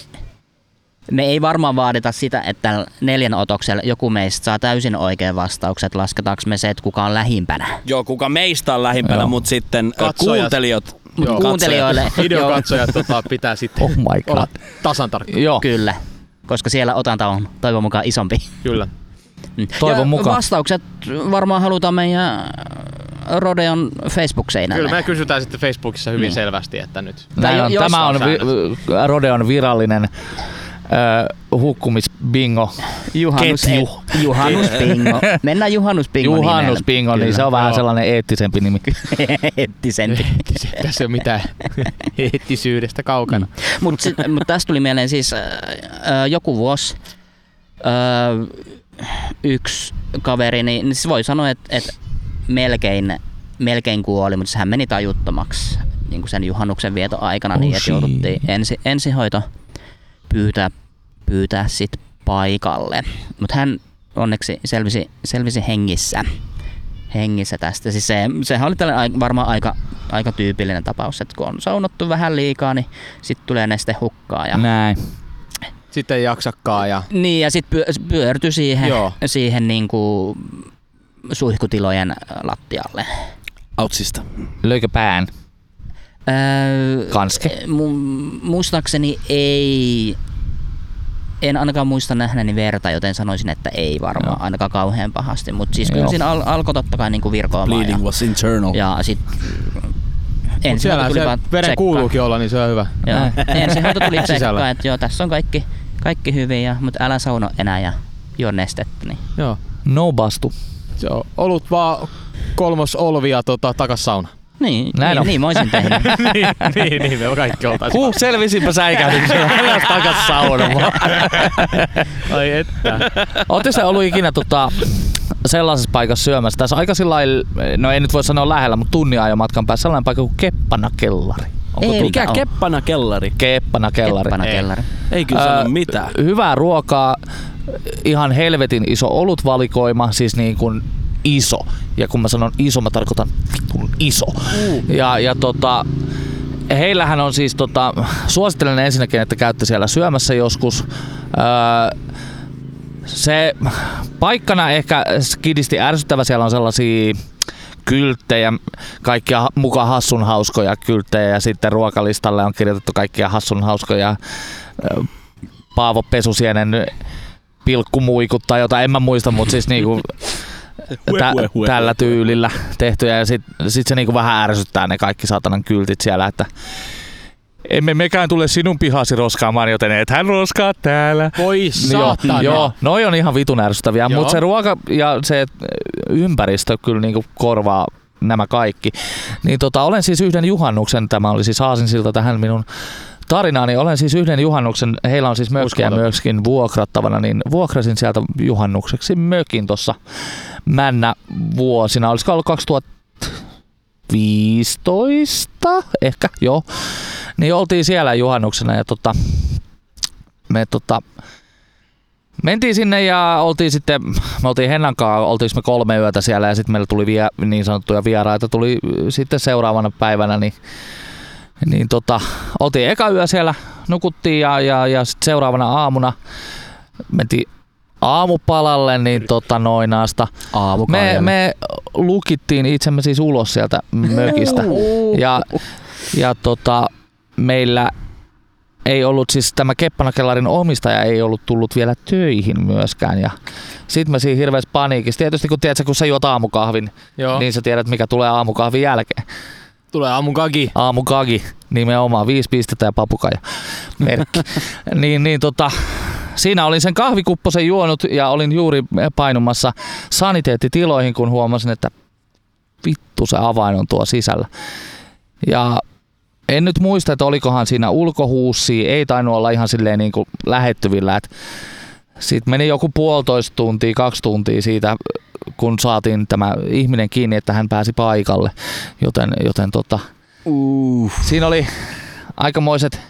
Speaker 2: me ei varmaan vaadita sitä, että tällä neljän otoksella joku meistä saa täysin oikean vastauksen, että lasketaanko me se, että kuka on lähimpänä.
Speaker 5: Joo, kuka meistä on lähimpänä,
Speaker 3: Joo.
Speaker 5: mutta sitten ä,
Speaker 6: Katsojat.
Speaker 5: kuuntelijat.
Speaker 2: Mutta
Speaker 6: Joo,
Speaker 2: kuuntelijoille, joo,
Speaker 6: Videokatsojat tota, pitää sitten
Speaker 3: Oh my
Speaker 6: olla
Speaker 3: god.
Speaker 6: tasan tarkka.
Speaker 3: Joo,
Speaker 2: kyllä, koska siellä otanta on toivon mukaan isompi.
Speaker 6: Kyllä.
Speaker 2: Mm.
Speaker 3: Toivon
Speaker 2: ja
Speaker 3: mukaan.
Speaker 2: Vastaukset varmaan halutaan meidän Rodeon Facebook-seinälle.
Speaker 6: Kyllä me kysytään sitten Facebookissa hyvin
Speaker 2: Niin.
Speaker 6: selvästi, että nyt.
Speaker 2: Tai
Speaker 3: Mm. näin
Speaker 2: jo-
Speaker 3: on.
Speaker 2: jos-
Speaker 3: Tämä on vi-
Speaker 6: säännöt.
Speaker 3: Rodeon virallinen ö, hukkumisbingo.
Speaker 2: Juhannus,
Speaker 3: Ketju.
Speaker 2: Juhannuspingo. Mennään Juhannuspingo
Speaker 3: Juhannuspingo, niin se on vähän sellainen eettisempi nimi.
Speaker 2: Ettisempi.
Speaker 6: Tässä ei ole mitään eettisyydestä kaukana.
Speaker 3: Mm.
Speaker 2: Mutta mut tästä tuli mieleen siis äh, äh, joku vuosi äh, yksi kaveri, niin, niin se voi sanoa, että et melkein, melkein kuoli, mutta sehän meni tajuttomaksi niin sen juhannuksen vieton aikana,
Speaker 3: Oh
Speaker 2: niin että
Speaker 3: shit.
Speaker 2: jouduttiin ensi, ensihoito pyytää, pyytää sit paikalle. Mutta hän onneksi selvisi, selvisi hengissä hengissä tästä. Siis se, sehän oli tällainen ai- varmaan aika, aika tyypillinen tapaus, että kun on saunottu vähän liikaa, niin sitten tulee neste hukkaa. Ja,
Speaker 3: Näin.
Speaker 6: Sitten ei jaksakaan ja
Speaker 2: niin, ja sitten pyö, pyörtyi siihen,
Speaker 6: Joo.
Speaker 2: siihen niin kuin suihkutilojen lattialle.
Speaker 5: Autsista.
Speaker 3: Löikö pään?
Speaker 2: Öö,
Speaker 3: Kanske.
Speaker 2: mu- muistaakseni ei... En ainakaan muista nähneeni verta, joten sanoisin, että ei varmaan,
Speaker 3: Joo.
Speaker 2: ainakaan kauhean pahasti. Mutta siis kyllä
Speaker 3: Joo.
Speaker 2: siinä al- alkoi totta kai niinku virkoamaan. Ja,
Speaker 5: Bleeding was internal.
Speaker 2: ja sitten ensin
Speaker 6: siellä
Speaker 2: tuli
Speaker 6: se
Speaker 2: vaan
Speaker 6: veren
Speaker 2: tsekkaa.
Speaker 6: kuuluukin olla, niin se on hyvä.
Speaker 2: Joo. Ensihoito tuli
Speaker 6: Sisällä.
Speaker 2: tsekkaa, että joo, tässä on kaikki, kaikki hyvin, ja, mutta älä sauno enää ja juo nestettä. Niin.
Speaker 6: Joo.
Speaker 3: No bastu.
Speaker 6: Se on ollut vaan kolmos olvia tota, takas sauna.
Speaker 2: Niin,
Speaker 3: Näin
Speaker 2: niin,
Speaker 3: on.
Speaker 2: niin mä oisin tehnyt.
Speaker 6: niin, niin, niin, me kaikki oltaisiin.
Speaker 3: Huh, selvisinpä säikähdyksellä.
Speaker 6: Takas takas sauna. Ai että.
Speaker 3: Ootte se ollut ikinä tota, sellaisessa paikassa syömässä? Tässä aika sillä lailla, no ei nyt voi sanoa lähellä, mutta tunnin ajon matkan päässä sellainen paikka kuin Keppana kellari.
Speaker 2: Ei,
Speaker 3: tunne-
Speaker 2: mikä
Speaker 5: Mikä
Speaker 2: on?
Speaker 5: keppana kellari?
Speaker 3: Keppana kellari.
Speaker 2: Keppana kellari.
Speaker 5: Ei kyllä
Speaker 3: Ö,
Speaker 5: sano mitään.
Speaker 3: Hyvää ruokaa, ihan helvetin iso olutvalikoima, siis niin kuin iso. Ja kun mä sanon iso, mä tarkoitan vitun iso. Ja, ja tota, heillähän on siis tota, suosittelen ensinnäkin, että käytte siellä syömässä joskus. Öö, se paikkana ehkä skidisti ärsyttävä, siellä on sellaisia kylttejä, kaikkia ha- mukaan hassun hauskoja kylttejä ja sitten ruokalistalle on kirjoitettu kaikkia hassun hauskoja ö, Paavo Pesusienen pilkkumuikut tai jotain, en mä muista, mutta siis niinku tä-
Speaker 5: hue, hue.
Speaker 3: tällä tyylillä tehtyjä ja sit, sit se niinku vähän ärsyttää ne kaikki saatanan kyltit siellä, että emme mekään tule sinun pihasi roskaamaan, joten et hän roskaa täällä.
Speaker 6: Voi saatana.
Speaker 3: Joo, joo, noi on ihan vitun ärsyttäviä,
Speaker 6: Joo.
Speaker 3: mutta se ruoka ja se eh, ympäristö kyllä niinku korvaa nämä kaikki. Niin tota, olen siis yhden juhannuksen, tämä oli siis Aasinsilta tähän minun tarinaani, olen siis yhden juhannuksen, heillä on siis mökkejä
Speaker 6: Uskomatonta.
Speaker 3: myöskin vuokrattavana, niin vuokrasin sieltä juhannukseksi mökin tuossa männä vuosina, olisiko ollut 2015 ehkä, joo. Niin oltiin siellä juhannuksena ja tota, me tota, mentiin sinne ja oltiin sitten, me oltiin Hennan kanssa, oltiin me kolme yötä siellä ja sitten meillä tuli vie, niin sanottuja vieraita, tuli äh, sitten seuraavana päivänä, niin, niin tota, oltiin eka yö siellä, nukuttiin ja, ja, ja sitten seuraavana aamuna mentiin aamupalalle, niin tota noinaasta. Me,
Speaker 2: Aamukahville.
Speaker 3: me lukittiin itsemme siis ulos sieltä mökistä. Ja, ja tota, meillä ei ollut siis tämä Keppanakellarin omistaja ei ollut tullut vielä töihin myöskään. Ja sitten mä siinä hirveässä paniikissa. Tietysti kun, tiedät, sä, kun sä juot aamukahvin,
Speaker 6: Joo.
Speaker 3: niin sä tiedät mikä tulee aamukahvin jälkeen.
Speaker 6: Tulee aamun kagi.
Speaker 3: Aamukagi, nimenomaan viisi pistettä ja papukaja merkki. niin, niin tota, siinä olin sen kahvikupposen juonut ja olin juuri painumassa saniteettitiloihin, kun huomasin, että vittu se avain on tuo sisällä. Ja en nyt muista, että olikohan siinä ulkohuussia, ei tainnut olla ihan silleen niin kuin lähettyvillä. että Sitten meni joku puolitoista tuntia, kaksi tuntia siitä, kun saatiin tämä ihminen kiinni, että hän pääsi paikalle. Joten, joten tota, Siinä oli aikamoiset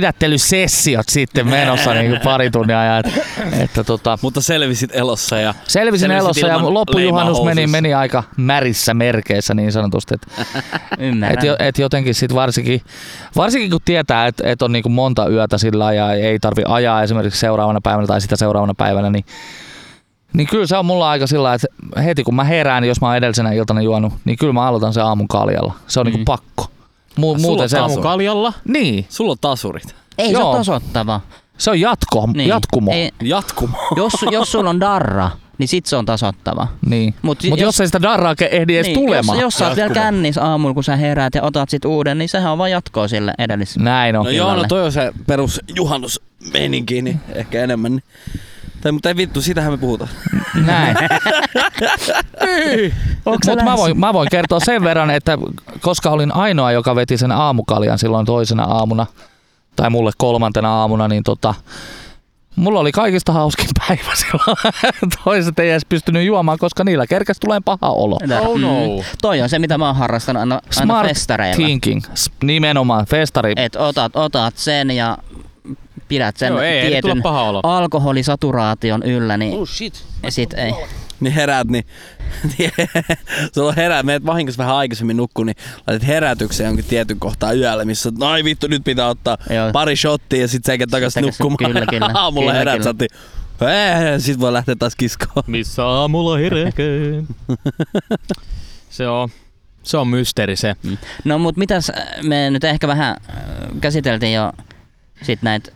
Speaker 3: pidättelysessiot sitten menossa niin kuin pari tunnin ajan. Että, että tota,
Speaker 5: Mutta selvisit elossa ja
Speaker 3: selvisin
Speaker 5: selvisit
Speaker 3: elossa ja
Speaker 5: ilman
Speaker 3: loppujuhannus
Speaker 5: leimaa
Speaker 3: meni,
Speaker 5: housuissa.
Speaker 3: meni aika märissä merkeissä niin sanotusti. Että
Speaker 2: Ymmärrän.
Speaker 3: et, jo- et jotenkin sit varsinkin, varsinkin kun tietää, että et on niinku monta yötä sillä ja ei tarvi ajaa esimerkiksi seuraavana päivänä tai sitä seuraavana päivänä, niin, niin kyllä se on mulla aika sillä että heti kun mä herään, jos mä oon edellisenä iltana juonut, niin kyllä mä aloitan sen aamun kaljalla. Se on mm.
Speaker 2: Mm.
Speaker 3: niinku pakko. Mu-
Speaker 5: Sulla
Speaker 3: muuten
Speaker 5: on
Speaker 3: se,
Speaker 5: aamu-
Speaker 6: Aamun kaljalla.
Speaker 3: niin,
Speaker 5: Sulla on tasurit.
Speaker 2: Ei se
Speaker 3: Joo.
Speaker 2: ole tasoittava.
Speaker 3: se on jatko, niin. jatkumo.
Speaker 2: Ei,
Speaker 5: Jatkumo.
Speaker 2: jos, jos sulla on darra, niin sit se on tasoittava.
Speaker 3: Niin.
Speaker 2: Mut
Speaker 3: Mutta jos,
Speaker 2: jos-
Speaker 3: jos ei sitä darraa ke- ehdi edes niin, tulemaan.
Speaker 2: Jos, jos sä oot vielä kännissä aamulla, kun sä heräät ja otat sit uuden, niin sehän on vaan jatkoa sille edelliselle.
Speaker 3: Näin on.
Speaker 5: No joo, no
Speaker 2: illalle.
Speaker 5: toi on se perus juhannusmeininki, niin ehkä enemmän. niin. Tai, mutta ei vittu, siitähän me puhutaan.
Speaker 3: Näin. Mutta mä voin, mä voin kertoa sen verran, että koska olin ainoa, joka veti sen aamukaljan silloin toisena aamuna, tai mulle kolmantena aamuna, niin tota, mulla oli kaikista hauskin päivä silloin. Toiset ei edes pystynyt juomaan, koska niillä kerkes tulee paha olo.
Speaker 6: Oh no.
Speaker 2: Mm. Toi on se, mitä mä oon harrastanut aina, aina
Speaker 3: Smart
Speaker 2: festareilla.
Speaker 3: thinking. S- Nimenomaan festari.
Speaker 2: Et otat, otat sen ja pidät sen
Speaker 6: Joo, ei, ei tule
Speaker 2: tietyn
Speaker 6: paha olo.
Speaker 2: alkoholisaturaation yllä, niin oh, shit. sit ei.
Speaker 5: Niin heräät, niin, niin sulla on herää, meet vahingossa vähän aikaisemmin nukkuu, niin laitat herätykseen jonkin tietyn kohtaa yöllä, missä no ei vittu, nyt pitää ottaa
Speaker 2: Joo.
Speaker 5: Joo. pari shottia ja sit sekä takas
Speaker 2: takas-
Speaker 5: nukkumaan.
Speaker 2: kyllä, kyllä.
Speaker 5: Aamulla
Speaker 2: Kyllä,
Speaker 5: heräät,
Speaker 2: kyllä.
Speaker 5: sä oot niin, "Eh", sit voi lähteä taas kiskoon.
Speaker 4: Missä aamulla herekeen?
Speaker 6: Se on. Se on mysteeri se.
Speaker 2: No mut mitäs, äh, me nyt ehkä vähän äh, käsiteltiin jo sit näitä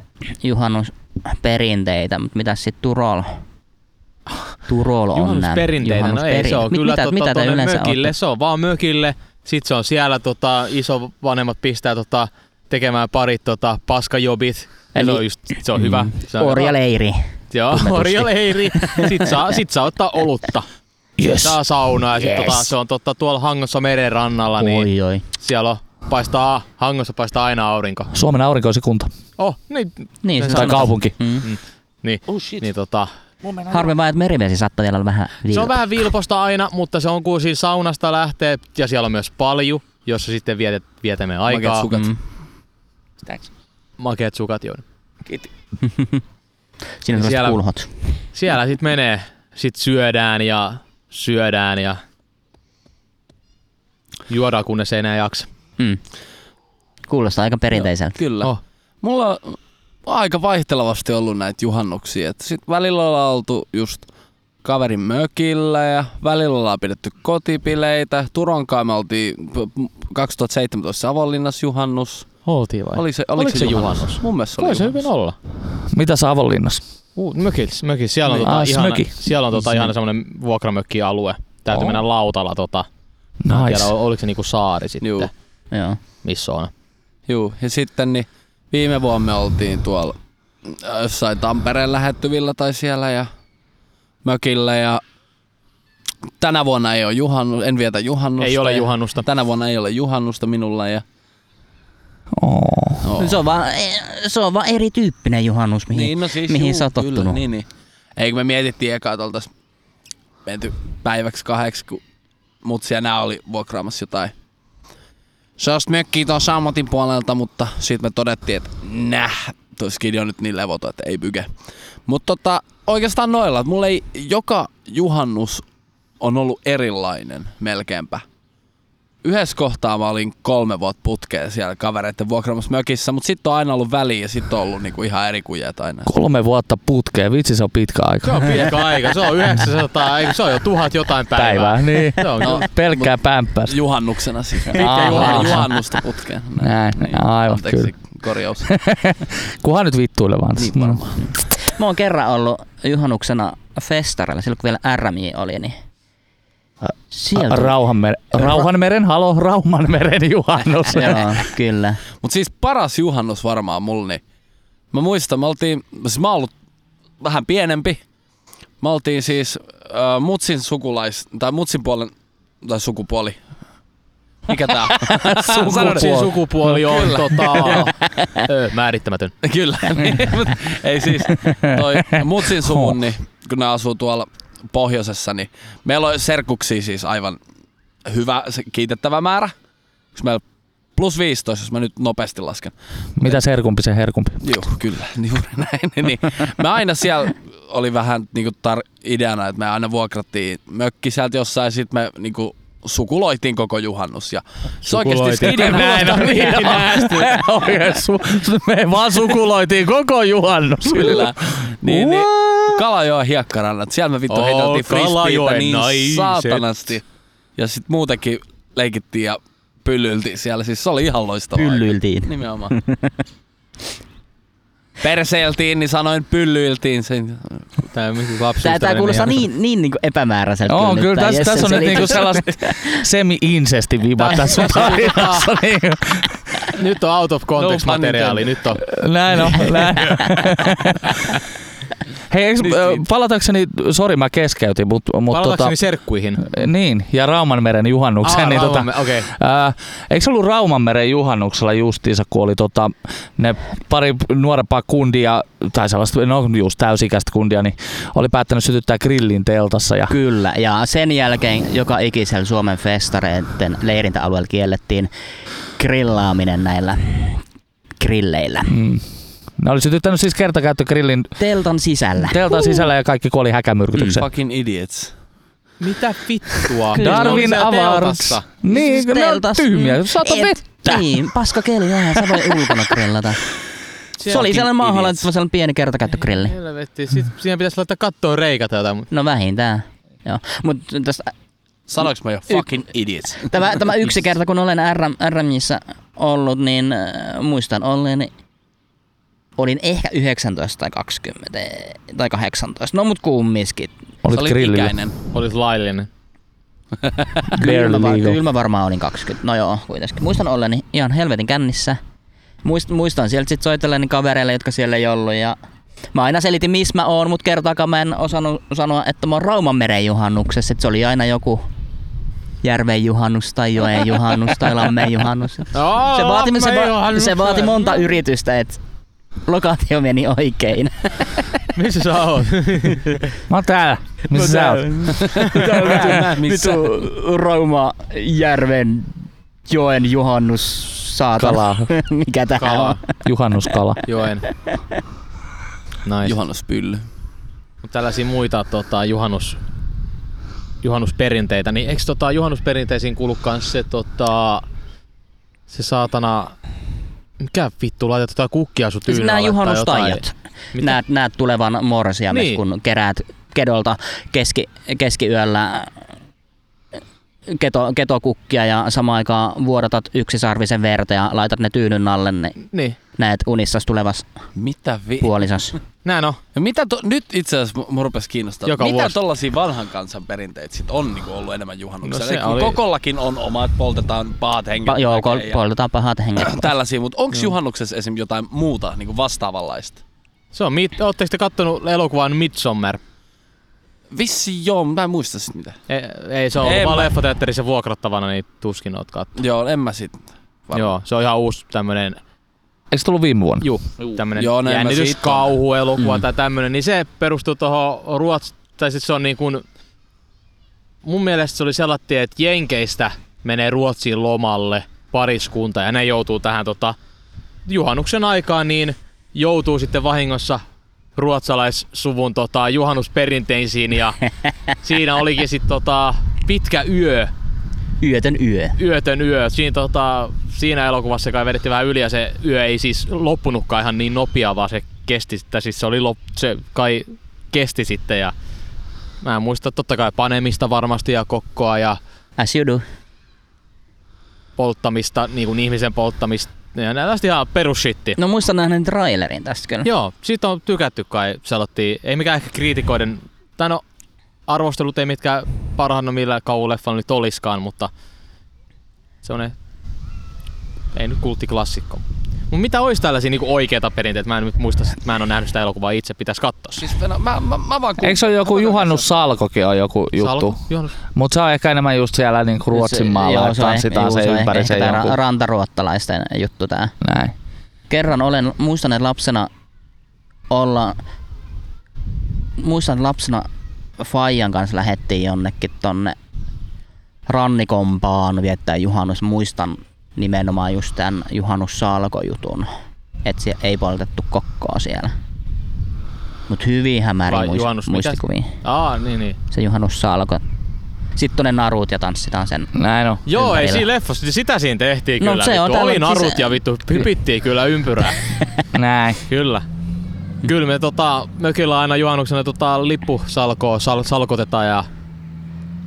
Speaker 2: juhannusperinteitä, mut mitäs sit Turol? Turol on nää
Speaker 6: Juhannusperinteitä, no ei se on
Speaker 2: Mit-
Speaker 6: kyllä
Speaker 2: mitä,
Speaker 6: tota,
Speaker 2: mitä te
Speaker 6: tonne
Speaker 2: yleensä
Speaker 6: mökille,
Speaker 2: ootte?
Speaker 6: se on vaan mökille. Sitten se on siellä tota, isovanhemmat pistää tota, tekemään parit tota, paskajobit.
Speaker 2: Eli-
Speaker 6: Eli, se on just, se on hyvä. Se on
Speaker 2: Orjaleiri.
Speaker 6: Joo,
Speaker 2: Tunnetusti.
Speaker 6: orjoleiri. Sit saa, sit saa ottaa olutta.
Speaker 3: Yes.
Speaker 6: Saa saunaa ja sit
Speaker 3: Yes.
Speaker 6: tota, se on totta tuolla Hangossa meren rannalla, niin
Speaker 2: Oi, oi.
Speaker 6: siellä on, paistaa, Hangossa paistaa aina aurinko.
Speaker 3: Suomen aurinkoisi kunta.
Speaker 6: Oh, niin,
Speaker 2: Niin, se
Speaker 3: Tai
Speaker 2: sanotaan.
Speaker 3: kaupunki.
Speaker 2: Mm.
Speaker 6: niin, oh shit. niin tota,
Speaker 2: Harmi vaan, että merivesi saattaa vielä olla vähän
Speaker 6: se on
Speaker 2: vilkasta.
Speaker 6: vähän vilposta aina, mutta se on kuin siinä saunasta lähtee ja siellä on myös palju, jossa sitten vietet, vietämme aikaa.
Speaker 5: sukat.
Speaker 2: Mm.
Speaker 6: Makeet sukat, joo.
Speaker 2: Siinä on
Speaker 6: Siellä-
Speaker 2: siellä... kulhot.
Speaker 6: Siellä sit menee, sit syödään ja syödään ja juodaan kunnes ei enää jaksa.
Speaker 2: Mm. Kuulostaa aika perinteiseltä.
Speaker 5: Kyllä.
Speaker 6: Oh.
Speaker 5: Mulla on aika vaihtelevasti ollut näitä juhannuksia. Et sit välillä ollaan oltu just kaverin mökillä ja välillä ollaan pidetty kotipileitä. Turonkaan me oltiin p- p- 2017 Savonlinnassa juhannus.
Speaker 6: Oltiin vai?
Speaker 5: Oliko se, oliko
Speaker 6: Oliko
Speaker 5: se,
Speaker 6: se
Speaker 5: juhannus?
Speaker 6: juhannus?
Speaker 5: Mun mielestä se oli
Speaker 6: Voi se
Speaker 5: juhannus.
Speaker 6: hyvin olla.
Speaker 3: Mitä Savonlinnassa?
Speaker 6: Uh, mökis. Mökis. Siellä on,
Speaker 3: Niin.
Speaker 6: tota
Speaker 3: Ah,
Speaker 6: ihana,
Speaker 3: smöki.
Speaker 6: siellä on tota ihana semmonen vuokramökkialue. Täytyy
Speaker 3: Oh.
Speaker 6: mennä lautalla tota. Mä en
Speaker 3: Nice.
Speaker 6: Tiedä, ol- oliko se niinku saari sitten,
Speaker 5: Juu.
Speaker 2: Joo.
Speaker 6: missä on.
Speaker 5: Juu, ja sitten niin viime vuonna me oltiin tuolla äh, jossain Tampereen lähettyvillä tai siellä ja mökillä ja tänä vuonna ei ole juhannus, en vietä juhannusta.
Speaker 6: Ei ole
Speaker 5: ja
Speaker 6: juhannusta.
Speaker 5: Tänä vuonna ei ole juhannusta minulla ja
Speaker 3: Oh.
Speaker 5: Oo.
Speaker 2: Se on vaan, eh, se on vaan erityyppinen juhannus, mihin,
Speaker 5: Niin, no siis
Speaker 2: mihin
Speaker 5: juu,
Speaker 2: sä oot
Speaker 5: kyllä,
Speaker 2: tottunut.
Speaker 5: niin, niin. Eikö me mietittiin ekaa toltas menty päiväksi kahdeksi, kun mut siellä nää oli vuokraamassa jotain. Sellaista mökkiä tuon Sammotin puolelta, mutta sit me todettiin, että näh, toi skidi on nyt niin levoton, että ei pyke. Mutta tota, oikeastaan noilla, että mulla ei joka juhannus on ollut erilainen melkeinpä. Yhdessä kohtaa mä olin kolme vuotta putkeen siellä kavereiden vuokraamassa mökissä, mutta sitten on aina ollut väliä ja sitten on ollut niinku ihan eri kujet aina.
Speaker 3: Kolme vuotta putkeen. Vitsi, se on pitkä
Speaker 6: Se
Speaker 3: aika.
Speaker 6: on pitkä aika. Se on 900, ei, se on jo tuhat jotain päivää.
Speaker 3: Päivää. Niin.
Speaker 6: Se on
Speaker 5: No,
Speaker 6: no.
Speaker 3: Pelkkää pämppäs.
Speaker 5: Juhannuksena siis.
Speaker 3: Aha.
Speaker 5: Pitkä juhan, juhannusta putkeen. Niin.
Speaker 3: Näin, aivan,
Speaker 5: Anteeksi,
Speaker 3: kyllä.
Speaker 5: korjaus.
Speaker 3: Kuhan nyt vittuille vaan. Mm.
Speaker 5: Niin varmaan.
Speaker 2: Mä oon kerran ollut juhannuksena festareilla, silloin kun vielä RMI oli, niin sieltä.
Speaker 3: Rauhanmeren, Rauhanmeren, halo, Rauhanmeren juhannus.
Speaker 2: Joo, kyllä.
Speaker 5: Mut siis paras juhannus varmaan mulla, niin mä muistan, me oltiin, siis mä oon ollut vähän pienempi. Me oltiin siis äh, mutsin sukulais, tai mutsin puolen, tai sukupuoli. Mikä tää? siis
Speaker 6: Sukupuoli. sukupuoli
Speaker 2: No
Speaker 6: on
Speaker 5: Kyllä.
Speaker 6: tota, ö, määrittämätön.
Speaker 5: Kyllä, niin, mut ei siis toi mutsin suvun, niin, kun ne asuu tuolla pohjoisessa, niin meillä on serkuksia siis aivan hyvä, se kiitettävä määrä. Onks meillä plus 15, jos mä nyt nopeasti lasken.
Speaker 3: Mitä serkumpi, se herkumpi.
Speaker 5: Joo, kyllä, niin juuri näin. Niin, me aina siellä oli vähän niinku tar- ideana, että me aina vuokrattiin mökki sieltä jossain ja sitten me niinku sukuloitiin koko juhannus. Ja se oikeasti
Speaker 6: Sukuloitiin.
Speaker 5: skidin
Speaker 6: Näin on, niin
Speaker 3: Me vaan sukuloitiin koko juhannus.
Speaker 5: Kyllä. Niin, niin. Kalajoen hiekkarannat. Siellä me vittu
Speaker 6: Oh,
Speaker 5: oh, heiteltiin frisbeitä
Speaker 6: Kalajoen
Speaker 5: niin
Speaker 6: naiset.
Speaker 5: saatanasti. Ja sit muutenkin leikittiin ja pyllyltiin siellä. Siis se oli ihan loistavaa.
Speaker 2: Pyllyiltiin.
Speaker 5: Nimenomaan. Perseiltiin, niin sanoin pyllyiltiin sen.
Speaker 6: Tää, lapsi,
Speaker 2: Tää, tää kuulostaa niin, niin niinku epämääräiseltä.
Speaker 3: On
Speaker 2: nyt
Speaker 3: kyllä,
Speaker 2: tää
Speaker 3: tässä,
Speaker 2: Jessen
Speaker 3: tässä on nyt niinku
Speaker 2: selitys.
Speaker 3: sellaista semi-incesti-viba tässä sun tarinassa. Niin,
Speaker 6: Nyt on out of context
Speaker 5: No pun
Speaker 6: materiaali. Nyt on.
Speaker 3: näin on,
Speaker 2: Niin.
Speaker 3: näin on. Hei, eiks,
Speaker 5: Nyt
Speaker 3: ö,
Speaker 5: niin.
Speaker 3: palatakseni, sori mä keskeytin, mutta mut, tota,
Speaker 6: Palatakseni serkkuihin.
Speaker 3: niin, ja Raumanmeren juhannukseen, niin tota,
Speaker 6: Rauhamme, Okei.
Speaker 3: Ää, eikö se ollut Raumanmeren juhannuksella justiinsa, kun oli tota, ne pari nuorempaa kundia, tai sellaista, no just täysikäistä kundia, niin oli päättänyt sytyttää grillin teltassa. Ja,
Speaker 2: Kyllä, ja sen jälkeen joka ikisellä Suomen festareiden leirintäalueella kiellettiin grillaaminen näillä grilleillä.
Speaker 3: mm, ne oli sytyttänyt siis kertakäyttögrillin
Speaker 2: Teltan sisällä.
Speaker 3: teltan sisällä ja kaikki kuoli häkämyrkytykseen.
Speaker 5: Mm. Fucking idiots.
Speaker 6: Mitä vittua?
Speaker 2: Kyllä.
Speaker 6: Ne oli
Speaker 3: Darwin
Speaker 6: siellä
Speaker 3: avaruus.
Speaker 6: teltassa.
Speaker 2: Siis
Speaker 6: Mm.
Speaker 3: Niin, ne on tyhmiä. Sata
Speaker 2: Mm. Et-
Speaker 3: vettä.
Speaker 2: Niin, paska keli, eihän sä voi ulkona grillata. Se oli sellainen maahan laitettava sellainen pieni kertakäyttögrilli.
Speaker 6: Helvetti. Sitten siihen pitäisi laittaa kattoon reikat tai jotain. mutta-
Speaker 2: No vähintään. Joo. Mutta tästä,
Speaker 5: Sanoinko mä jo fucking idiots?
Speaker 2: tämä, tämä yksi kerta, kun olen RM, RMissä ollut, niin äh, muistan olleeni, olin ehkä 19 tai 20 tai 18, no mut kumminkin.
Speaker 3: Olit grillillä.
Speaker 5: ikäinen.
Speaker 6: Olis laillinen.
Speaker 2: Kyllä mä, var-
Speaker 3: legal.
Speaker 2: kyllä mä varmaan olin 20, no joo kuitenkin. Muistan olleeni ihan helvetin kännissä. Muist, muistan sieltä sit soitelleni kavereille, jotka siellä ei ollut ja Mä aina selitin, missä mä oon, mutta kertaakaan mä en osannut sanoa, että mä oon Raumanmeren juhannuksessa. Et se oli aina joku järven juhannus tai joen juhannus tai lammen juhannus.
Speaker 6: Oh,
Speaker 2: Se vaati, se, va- se vaati monta yritystä, että lokaatio meni oikein.
Speaker 6: Missä sä oot?
Speaker 3: Mä oon täällä. Missä no, sä oot?
Speaker 2: Tää on vitu Rauma Järven joen juhannus saatala.
Speaker 3: Kalaa.
Speaker 2: Mikä tähän on?
Speaker 6: Kala.
Speaker 3: Juhannuskala.
Speaker 6: Joen. Nice.
Speaker 5: Juhannuspylly.
Speaker 6: Mut tällaisia muita tota, juhannus, juhannusperinteitä, niin eikö tota, juhannusperinteisiin kuulu kans se, tota, se saatana... Mikä vittu, laitetaan jotain kukkia sun
Speaker 2: Siis
Speaker 6: tyynyn
Speaker 2: nämä
Speaker 6: alle tai
Speaker 2: juhannustaijat.
Speaker 6: jotain. Mitä?
Speaker 2: Näet, näet tulevan morsiamet,
Speaker 6: Niin.
Speaker 2: kun keräät kedolta keski, keskiyöllä keto, ketokukkia ja samaan aikaan vuodatat yksisarvisen verta ja laitat ne tyynyn alle, niin
Speaker 6: Niin,
Speaker 2: näet unissas tulevas
Speaker 5: Mitä vi...
Speaker 2: puolisas.
Speaker 6: näin on.
Speaker 5: Ja mitä to... Nyt itse asiassa mu- mua rupes kiinnostaa.
Speaker 6: Joka
Speaker 5: mitä
Speaker 6: vuosi.
Speaker 5: tollasia vanhan kansan perinteitä sit on niinku ollut enemmän juhannuksena?
Speaker 6: No se
Speaker 5: No kun
Speaker 6: oli-
Speaker 5: Kokollakin on omat, poltetaan pahat henget.
Speaker 2: Pa- joo,
Speaker 5: väkeä
Speaker 2: kol- poltetaan pahat henget.
Speaker 5: tällaisia, mutta onko juhannuksessa esim. jotain muuta niinku vastaavanlaista?
Speaker 6: Se on, mit, ootteko te kattonut elokuvan Midsommar?
Speaker 5: Vissi joo, mutta mä en muista sit mitä.
Speaker 6: Ei, E-, ei se on
Speaker 5: En
Speaker 6: ollut vaan
Speaker 5: mä.
Speaker 6: leffateatterissa vuokrattavana, niin tuskin oot kattonut.
Speaker 5: Joo, en mä sit. Varmaan.
Speaker 6: Joo, se on ihan uusi tämmönen,
Speaker 3: Eikö se tullut viime vuonna?
Speaker 6: juu, tämmönen
Speaker 5: Joo,
Speaker 6: Joo,
Speaker 5: näin mä siitä on.
Speaker 6: jännityskauhuelokuva mm. tai tämmönen, niin se perustuu tuohon Ruotsi, tai sit se on niin kuin, mun mielestä se oli sellainen, että Jenkeistä menee Ruotsiin lomalle pariskunta ja ne joutuu tähän tota, juhannuksen aikaan, niin joutuu sitten vahingossa ruotsalaissuvun tota, juhannusperinteisiin ja siinä olikin sitten tota, pitkä yö,
Speaker 2: Yötön yö.
Speaker 6: Yötön yö. Siinä, tota, siinä elokuvassa kai vedettiin vähän yli ja se yö ei siis loppunutkaan ihan niin nopea, vaan se kesti sitten. Siis se, oli lop, se kai kesti sitten ja mä en muista totta kai panemista varmasti ja kokkoa ja
Speaker 2: As you do.
Speaker 6: polttamista, niin kuin ihmisen polttamista. Ja nää tästä ihan perushitti.
Speaker 2: No muistan nähneen trailerin tästä kyllä.
Speaker 6: Joo, siitä on tykätty kai sellaisia, ei mikään ehkä kriitikoiden, tai no arvostelut ei mitkään parhaana millä kauhuleffalla nyt oliskaan, mutta se on ei nyt kulttiklassikko. Mut mitä olisi tällaisia niinku oikeita perinteitä? Mä en nyt muista, sit- mä en ole nähnyt sitä elokuvaa itse, pitäisi katsoa. se.
Speaker 5: Siis mä, mä, mä, mä vaan
Speaker 3: Eikö se ole joku juhannussalkokin on joku juttu?
Speaker 6: Salko? Juhannus.
Speaker 3: Mutta se on ehkä enemmän just siellä niin Ruotsin maalla, että tanssitaan se,
Speaker 2: juu,
Speaker 3: ympäri
Speaker 2: ehkä
Speaker 3: sen
Speaker 2: tää ra-
Speaker 3: jonkun.
Speaker 2: rantaruottalaisten juttu tää.
Speaker 3: Näin.
Speaker 2: Kerran olen, muistan että lapsena olla, muistan että lapsena Fajan kanssa lähettiin jonnekin tonne rannikompaan viettää juhannus. Muistan nimenomaan just tämän juhannussalkojutun. Että ei poltettu kokkoa siellä. Mut hyvin hämärin
Speaker 6: Vai juhannus
Speaker 2: muist-
Speaker 6: mikä?
Speaker 2: muistikuviin.
Speaker 6: Aa, niin niin.
Speaker 2: se juhannussalko. Sitten on ne narut ja tanssitaan sen.
Speaker 3: Näin on.
Speaker 6: Joo, ei
Speaker 2: Ympärillä.
Speaker 6: siinä leffassa, sitä siinä tehtiin
Speaker 2: No,
Speaker 6: kyllä.
Speaker 2: se on
Speaker 6: vittu. Oli
Speaker 2: tällä-
Speaker 6: narut
Speaker 2: siis-
Speaker 6: ja vittu, hypittiin kyllä ympyrää.
Speaker 3: Näin.
Speaker 6: Kyllä. Kyllä me tota, mökillä aina juhannuksena tota, lippusalkoa sal- salkotetaan ja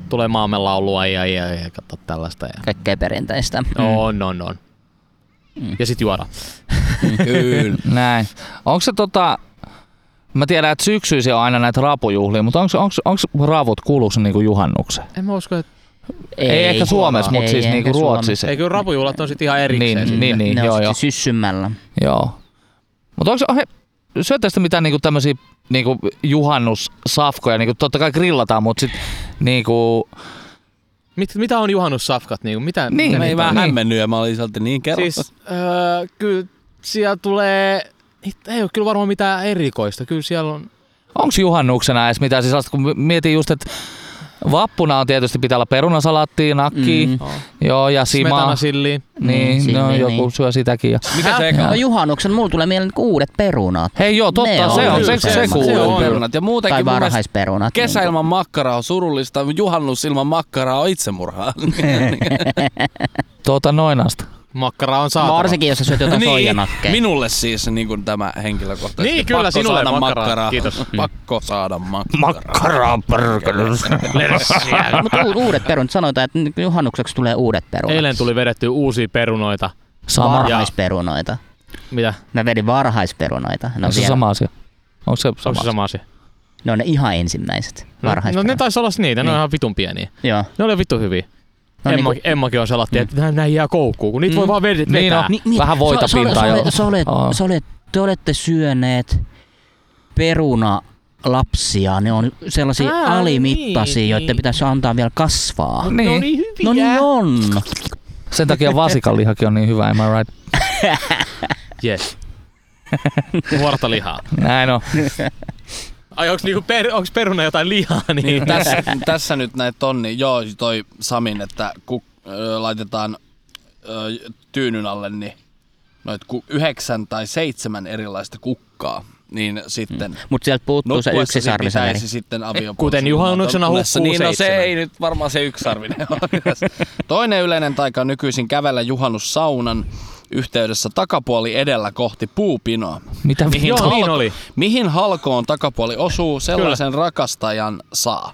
Speaker 6: tulee maamme laulua ja, ja, ja katso tällaista. Ja.
Speaker 2: Kaikkea perinteistä.
Speaker 3: No, Mm.
Speaker 2: Mm.
Speaker 6: On, on, on. Ja sit juoda.
Speaker 5: Kyllä.
Speaker 3: Näin. Onko se tota... Mä tiedän, että syksyisin on aina näitä rapujuhlia, mutta onko, onko, onko ravut kuuluuko niinku juhannukseen?
Speaker 6: En mä usko, että...
Speaker 3: Ei, ei ehkä Suomessa, mutta siis niinku Ruotsissa.
Speaker 6: Ei, kyllä rapujuhlat on sit ihan erikseen.
Speaker 3: Niin,
Speaker 6: Niin,
Speaker 3: niin, niin,
Speaker 2: Niin, ne
Speaker 3: joo,
Speaker 2: on
Speaker 3: joo.
Speaker 2: sit syssymmällä.
Speaker 3: joo. Mutta onko he, syötte sitten mitään niinku tämmöisiä niinku juhannussafkoja? Niinku, totta kai grillataan, mutta sit niinku...
Speaker 6: Mit, mitä on juhannussafkat? Niinku, mitä,
Speaker 3: Niin,
Speaker 6: mitä
Speaker 5: Mä
Speaker 6: niitä
Speaker 5: ei
Speaker 6: on?
Speaker 5: vähän
Speaker 3: Niin.
Speaker 5: hämmennyt ja mä olin sieltä niin kerrottu.
Speaker 6: Siis, öö, kyllä siellä tulee... It- Ei ole kyllä varmaan mitään erikoista. Kyllä siellä on...
Speaker 3: Onko juhannuksena edes mitään siis kun mi- mietin just, että vappuna on tietysti pitää olla perunasalattia, nakki, mm.
Speaker 2: Mm.
Speaker 3: joo ja simaa.
Speaker 6: Smetana silliin.
Speaker 3: Niin,
Speaker 2: Niin,
Speaker 3: niin, no,
Speaker 2: silleen,
Speaker 3: joku
Speaker 2: niin.
Speaker 3: syö sitäkin. Ja.
Speaker 5: Mikä se eka?
Speaker 2: No juhannuksen, mulla tulee mieleen niinku uudet perunat.
Speaker 3: Hei joo, totta,
Speaker 2: Ne
Speaker 3: se
Speaker 2: on
Speaker 3: on, se, on,
Speaker 2: kyllä
Speaker 3: se,
Speaker 2: se
Speaker 3: se
Speaker 2: on.
Speaker 3: kuuluu.
Speaker 5: Se
Speaker 6: on.
Speaker 5: on perunat. Ja muutenkin
Speaker 2: Tai
Speaker 5: mun mielestä
Speaker 2: varhaisperunat.
Speaker 5: Kesä
Speaker 2: niinku.
Speaker 5: ilman makkaraa on surullista, juhannus ilman makkaraa on itsemurhaa.
Speaker 3: Tuota noinasta.
Speaker 6: Makkara on saatava.
Speaker 2: Varsinkin, jos sä syöt
Speaker 3: Niin.
Speaker 2: jotain soijanakkeja.
Speaker 5: Niin. minulle siis niin kuin tämä henkilökohtaisesti.
Speaker 6: Niin, kyllä,
Speaker 5: Pakko
Speaker 6: sinulle
Speaker 5: saada
Speaker 6: makkaraa. Kiitos.
Speaker 2: Mm.
Speaker 5: Pakko saada makkaraa.
Speaker 3: Makkaraa pörkölys.
Speaker 2: Mutta uudet perunat, sanotaan, että niinku juhannukseksi tulee uudet perunat.
Speaker 6: Eilen tuli vedetty uusia perunoita.
Speaker 3: Sama. Ja,
Speaker 2: Varhaisperunoita.
Speaker 6: Mitä?
Speaker 2: Mä vedin varhaisperunoita. No
Speaker 3: Onko se
Speaker 2: vielä.
Speaker 3: sama asia? Onko se sama,
Speaker 6: Onko se
Speaker 3: asia?
Speaker 6: sama asia?
Speaker 2: Ne on ne ihan ensimmäiset
Speaker 6: No ne
Speaker 2: varhaisperunat.
Speaker 6: taisi olla niitä, ne
Speaker 2: Niin.
Speaker 6: on ihan vitun pieniä.
Speaker 2: Joo.
Speaker 6: Ne oli vittu hyviä.
Speaker 2: No
Speaker 6: No,
Speaker 2: niin
Speaker 6: Emma,
Speaker 2: kuin-
Speaker 6: niin Emmakin on salatti, että nää, nää jää koukkuun, kun niitä
Speaker 2: Mm.
Speaker 6: voi vaan vedet,
Speaker 3: Niin
Speaker 6: vetää.
Speaker 3: on. Vähän voita pintaan
Speaker 2: joo.
Speaker 3: joo.
Speaker 2: Sä olet,
Speaker 3: Aa.
Speaker 2: sä olet, te olette syöneet peruna lapsia, ne on sellaisia
Speaker 6: Ää,
Speaker 2: Ää, alimittaisia,
Speaker 6: niin,
Speaker 2: niin, joiden
Speaker 6: niin.
Speaker 2: pitäisi antaa vielä kasvaa.
Speaker 3: Niin.
Speaker 6: No niin, hyviä.
Speaker 2: No niin on.
Speaker 3: Sen takia vasikanlihakin on niin hyvä, am I right?
Speaker 7: Yes.
Speaker 6: Nuorta lihaa.
Speaker 3: Näin on.
Speaker 6: Ai onks, niinku per, onks peruna jotain lihaa? Niin
Speaker 5: tässä, tässä nyt näitä on, niin joo, toi Samin, että kun ö, laitetaan ö, tyynyn alle, niin noit ku, yhdeksän tai seitsemän erilaista kukkaa, niin sitten
Speaker 2: Mutta sieltä puuttuu se
Speaker 5: nukkuessa
Speaker 2: Mm. yksi
Speaker 5: se
Speaker 2: sarviseneri.
Speaker 5: pitäisi sitten aviopuolison
Speaker 6: Eh, Kuten juhannuksena
Speaker 5: tulessa.
Speaker 6: hukkuu
Speaker 5: Niin, no se
Speaker 6: seitsemän.
Speaker 5: ei nyt varmaan se yksisarvinen ole. Toinen yleinen taika on nykyisin kävellä juhannussaunan yhteydessä takapuoli edellä kohti puupinoa.
Speaker 3: Mitä
Speaker 5: Mihin,
Speaker 3: vittua?
Speaker 6: niin oli.
Speaker 5: mihin halkoon takapuoli osuu, sellaisen Kyllä. rakastajan saa.